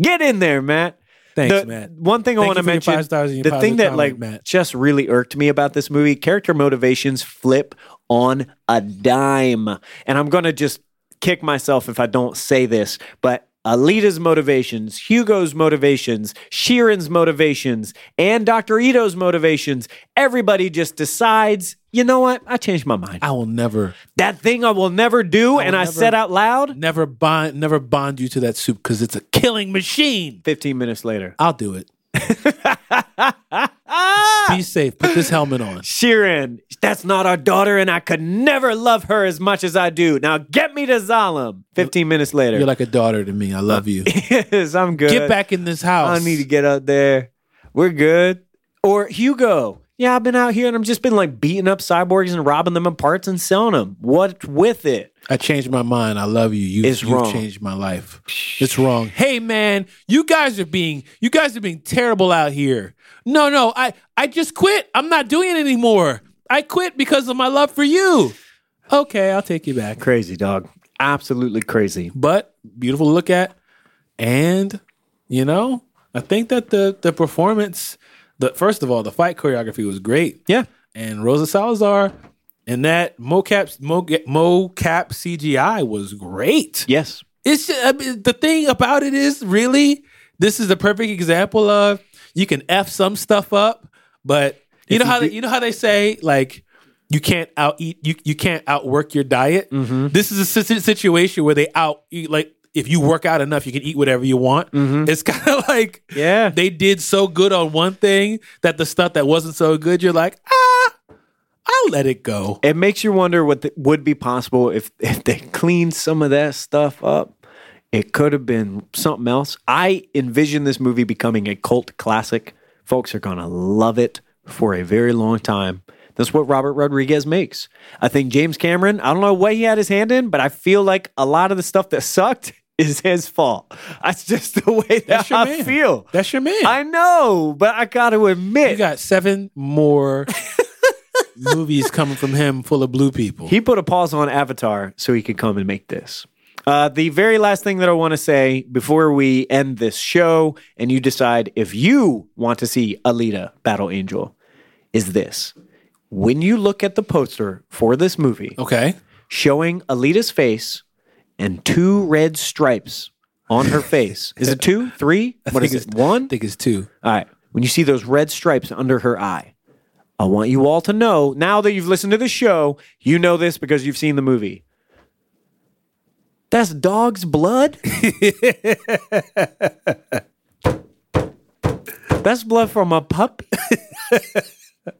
[SPEAKER 2] Get in there, Matt.
[SPEAKER 1] Thanks,
[SPEAKER 2] the,
[SPEAKER 1] Matt.
[SPEAKER 2] One thing I
[SPEAKER 1] Thank
[SPEAKER 2] want to
[SPEAKER 1] you for your
[SPEAKER 2] mention:
[SPEAKER 1] five stars and your
[SPEAKER 2] the
[SPEAKER 1] positive
[SPEAKER 2] thing that
[SPEAKER 1] comment,
[SPEAKER 2] like
[SPEAKER 1] Matt.
[SPEAKER 2] just really irked me about this movie: character motivations flip on a dime, and I'm gonna just kick myself if I don't say this, but. Alita's motivations, Hugo's motivations, Sheeran's motivations, and Dr. Ito's motivations. Everybody just decides, you know what? I changed my mind
[SPEAKER 1] I will never,
[SPEAKER 2] that thing I will never do, and I
[SPEAKER 1] never-
[SPEAKER 2] said out loud.
[SPEAKER 1] never bond, never bond you to that soup because it's a killing machine.
[SPEAKER 2] 15 minutes later.
[SPEAKER 1] I'll do it.
[SPEAKER 2] Ah!
[SPEAKER 1] Be safe. Put this helmet on.
[SPEAKER 2] Sheeran, that's not our daughter, and I could never love her as much as I do. Now get me to Zalem. 15 minutes later.
[SPEAKER 1] You're like a daughter to me. I love you.
[SPEAKER 2] yes, I'm good.
[SPEAKER 1] Get back in this
[SPEAKER 2] I
[SPEAKER 1] house.
[SPEAKER 2] don't need to get out there. We're good. Or Hugo. yeah, I've been out here and I've just been like beating up cyborgs and robbing them of parts and selling them. What with it?
[SPEAKER 1] I changed my mind. I love you. You
[SPEAKER 2] It's
[SPEAKER 1] you've
[SPEAKER 2] wrong.
[SPEAKER 1] changed my life. It's wrong. Hey man, you guys are being you guys are being terrible out here. No, no, I I just quit. I'm not doing it anymore. I quit because of my love for you. Okay, I'll take you back.
[SPEAKER 2] Crazy dog. Absolutely crazy.
[SPEAKER 1] But beautiful to look at. And you know, I think that the the performance the first of all, the fight choreography was great.
[SPEAKER 2] Yeah.
[SPEAKER 1] and Rosa Salazar and that mocap moca- mocap CGI was great.
[SPEAKER 2] Yes.
[SPEAKER 1] It's ju- I mean, the thing about it is really this is the perfect example of you can f some stuff up, but you know how they, you know how they say like you can't out eat you you can't outwork your diet.
[SPEAKER 2] Mm-hmm.
[SPEAKER 1] This is a si- situation where they out eat like. If you work out enough, you can eat whatever you want. It's kind of like
[SPEAKER 2] Mm-hmm. Yeah.
[SPEAKER 1] they did so good on one thing that the stuff that wasn't so good, you're like, ah, I'll let it go.
[SPEAKER 2] It makes you wonder what th- would be possible if, if they cleaned some of that stuff up. It could have been something else. I envision this movie becoming a cult classic. Folks are going to love it for a very long time. That's what Robert Rodriguez makes. I think James Cameron, I don't know what he had his hand in, but I feel like a lot of the stuff that sucked is his fault. That's just the way that
[SPEAKER 1] That's your
[SPEAKER 2] I
[SPEAKER 1] man.
[SPEAKER 2] feel.
[SPEAKER 1] That's your man.
[SPEAKER 2] I know, but I got to admit,
[SPEAKER 1] You got seven more movies coming from him full of blue people.
[SPEAKER 2] He put a pause on Avatar so he could come and make this. Uh, the very last thing that I want to say before we end this show and you decide if you want to see Alita Battle Angel is this. When you look at the poster for this movie
[SPEAKER 1] okay.
[SPEAKER 2] showing Alita's face and two red stripes on her face, is it two, three? What is
[SPEAKER 1] think
[SPEAKER 2] it? One?
[SPEAKER 1] I think it's two.
[SPEAKER 2] All right. When you see those red stripes under her eye, I want you all to know now that you've listened to the show, you know this because you've seen the movie. That's dog's blood. That's blood from a puppy.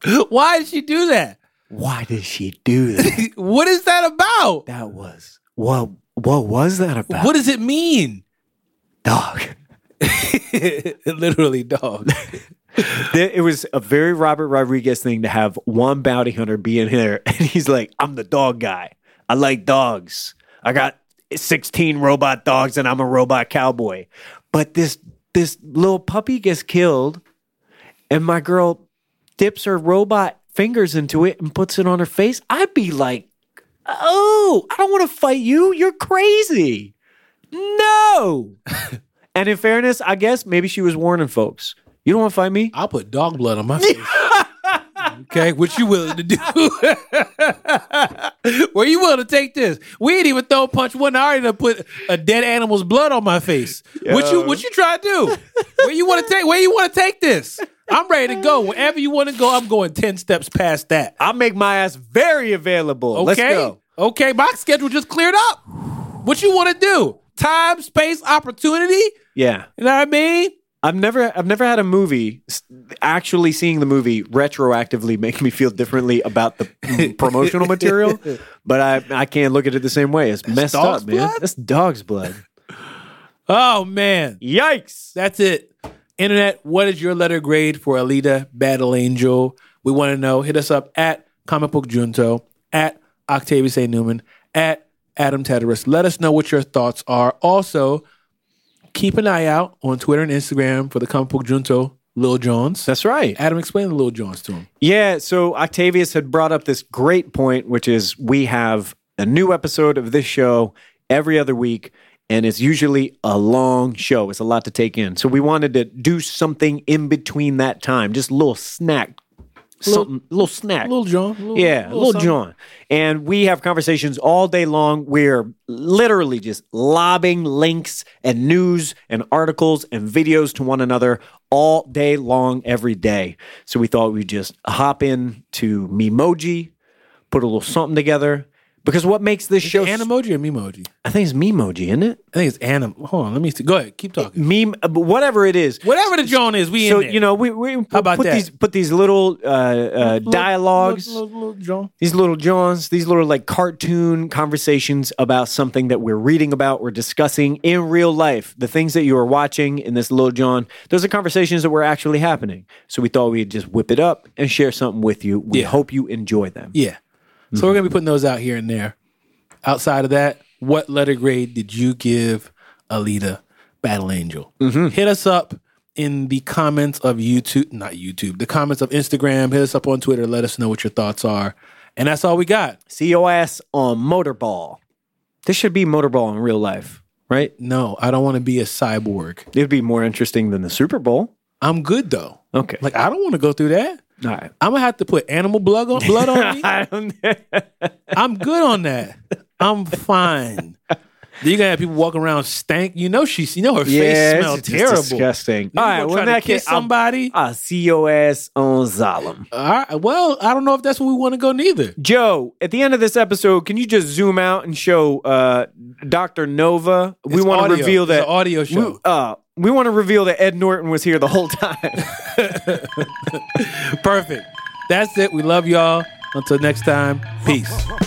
[SPEAKER 1] Why did she do that?
[SPEAKER 2] Why did she do that?
[SPEAKER 1] What is that about?
[SPEAKER 2] That was what? What was that about?
[SPEAKER 1] What does it mean?
[SPEAKER 2] dog?
[SPEAKER 1] Literally, dog.
[SPEAKER 2] There- It was a very Robert Rodriguez thing to have one bounty hunter be in here, and he's like, "I'm the dog guy. I like dogs. I got 16 robot dogs, and I'm a robot cowboy." But this this little puppy gets killed, and my girl dips her robot fingers into it and puts it on her face. I'd be like, "Oh, I don't want to fight you. You're crazy." No. and in fairness, I guess maybe she was warning folks. You don't want to fight me?
[SPEAKER 1] I'll put dog blood on my face. okay, what you willing to do? Were you willing to take this? We ain't even throw a punch one. I already done put a dead animal's blood on my face. What you what you try to do? Where you want to take? Where you want to take this? I'm ready to go. Wherever you want to go, I'm going ten steps past that.
[SPEAKER 2] I'll make my ass very available.
[SPEAKER 1] Okay.
[SPEAKER 2] Let's go.
[SPEAKER 1] Okay, my schedule just cleared up. What you want to do? Time, space, opportunity.
[SPEAKER 2] Yeah.
[SPEAKER 1] You know what I mean?
[SPEAKER 2] I've never I've never had a movie s- actually seeing the movie retroactively make me feel differently about the mm, promotional material, but I I can't look at it the same way. It's messed
[SPEAKER 1] dog's
[SPEAKER 2] up, man.
[SPEAKER 1] blood?
[SPEAKER 2] That's dog's blood.
[SPEAKER 1] Oh man.
[SPEAKER 2] Yikes.
[SPEAKER 1] That's it. Internet, what is your letter grade for Alita Battle Angel? We want to know. Hit us up at Comic Book Junto, at Octavius A. Newman, at Adam Tedderus. Let us know what your thoughts are. Also, keep an eye out on Twitter and Instagram for the Comic Book Junto, Lil Jones.
[SPEAKER 2] That's right.
[SPEAKER 1] Adam, explain the Lil Jones to him.
[SPEAKER 2] Yeah, so Octavius had brought up this great point, which is we have a new episode of this show every other week, and it's usually a long show. It's a lot to take in. So we wanted to do something in between that time, just a little snack, something, little snack.
[SPEAKER 1] Lil John. Lil,
[SPEAKER 2] Yeah, Lil John. And we have conversations all day long. We're literally just lobbing links and news and articles and videos to one another all day long, every day. So we thought we'd just hop in to Memoji, put a little something together, Because what makes this show?
[SPEAKER 1] Animoji or Memoji?
[SPEAKER 2] I think it's Memoji, isn't it?
[SPEAKER 1] I think it's anim. Hold on, let me see. Go ahead, keep talking.
[SPEAKER 2] Meme, uh, whatever it is.
[SPEAKER 1] Whatever the Joan is, we
[SPEAKER 2] So
[SPEAKER 1] in there.
[SPEAKER 2] you know, we, we put,
[SPEAKER 1] about that?
[SPEAKER 2] these put these little uh, uh, dialogues,
[SPEAKER 1] Little- little- little Joan.
[SPEAKER 2] these little Johns, these little like cartoon conversations about something that we're reading about, we're discussing in real life. The things that you are watching in this little John, those are conversations that were actually happening. So we thought we'd just whip it up and share something with you. We
[SPEAKER 1] Yeah.
[SPEAKER 2] hope you enjoy them.
[SPEAKER 1] Yeah. So we're gonna be putting those out here and there. Outside of that, what letter grade did you give Alita Battle Angel? Hit us up in the comments of YouTube, not YouTube, the comments of Instagram. Hit us up on Twitter. Let us know what your thoughts are. And that's all we got.
[SPEAKER 2] COS on Motorball. This should be Motorball in real life, right?
[SPEAKER 1] No, I don't want to be a cyborg.
[SPEAKER 2] It'd be more interesting than the Super Bowl.
[SPEAKER 1] I'm good though.
[SPEAKER 2] Okay.
[SPEAKER 1] Like I don't want to go through that.
[SPEAKER 2] All right.
[SPEAKER 1] I'm gonna have to put animal blood on blood on me.
[SPEAKER 2] I don't-
[SPEAKER 1] I'm good on that. I'm fine. Then you're gonna have people walking around stank. You know she's you know her
[SPEAKER 2] yeah,
[SPEAKER 1] face
[SPEAKER 2] it's
[SPEAKER 1] smells
[SPEAKER 2] just
[SPEAKER 1] terrible.
[SPEAKER 2] disgusting.
[SPEAKER 1] All right, well,
[SPEAKER 2] in
[SPEAKER 1] trying to
[SPEAKER 2] that
[SPEAKER 1] kiss
[SPEAKER 2] case, I'll-
[SPEAKER 1] somebody.
[SPEAKER 2] Ah, COS on Zalem.
[SPEAKER 1] All right, well, I don't know if that's where we want to go neither.
[SPEAKER 2] Joe, at the end of this episode, can you just zoom out and show uh, Dr. Nova? We
[SPEAKER 1] It's
[SPEAKER 2] want to
[SPEAKER 1] audio.
[SPEAKER 2] reveal
[SPEAKER 1] It's
[SPEAKER 2] that
[SPEAKER 1] an audio show.
[SPEAKER 2] We, uh, we want to reveal that Ed Norton was here the whole time.
[SPEAKER 1] Perfect. That's it. We love y'all. Until next time, peace.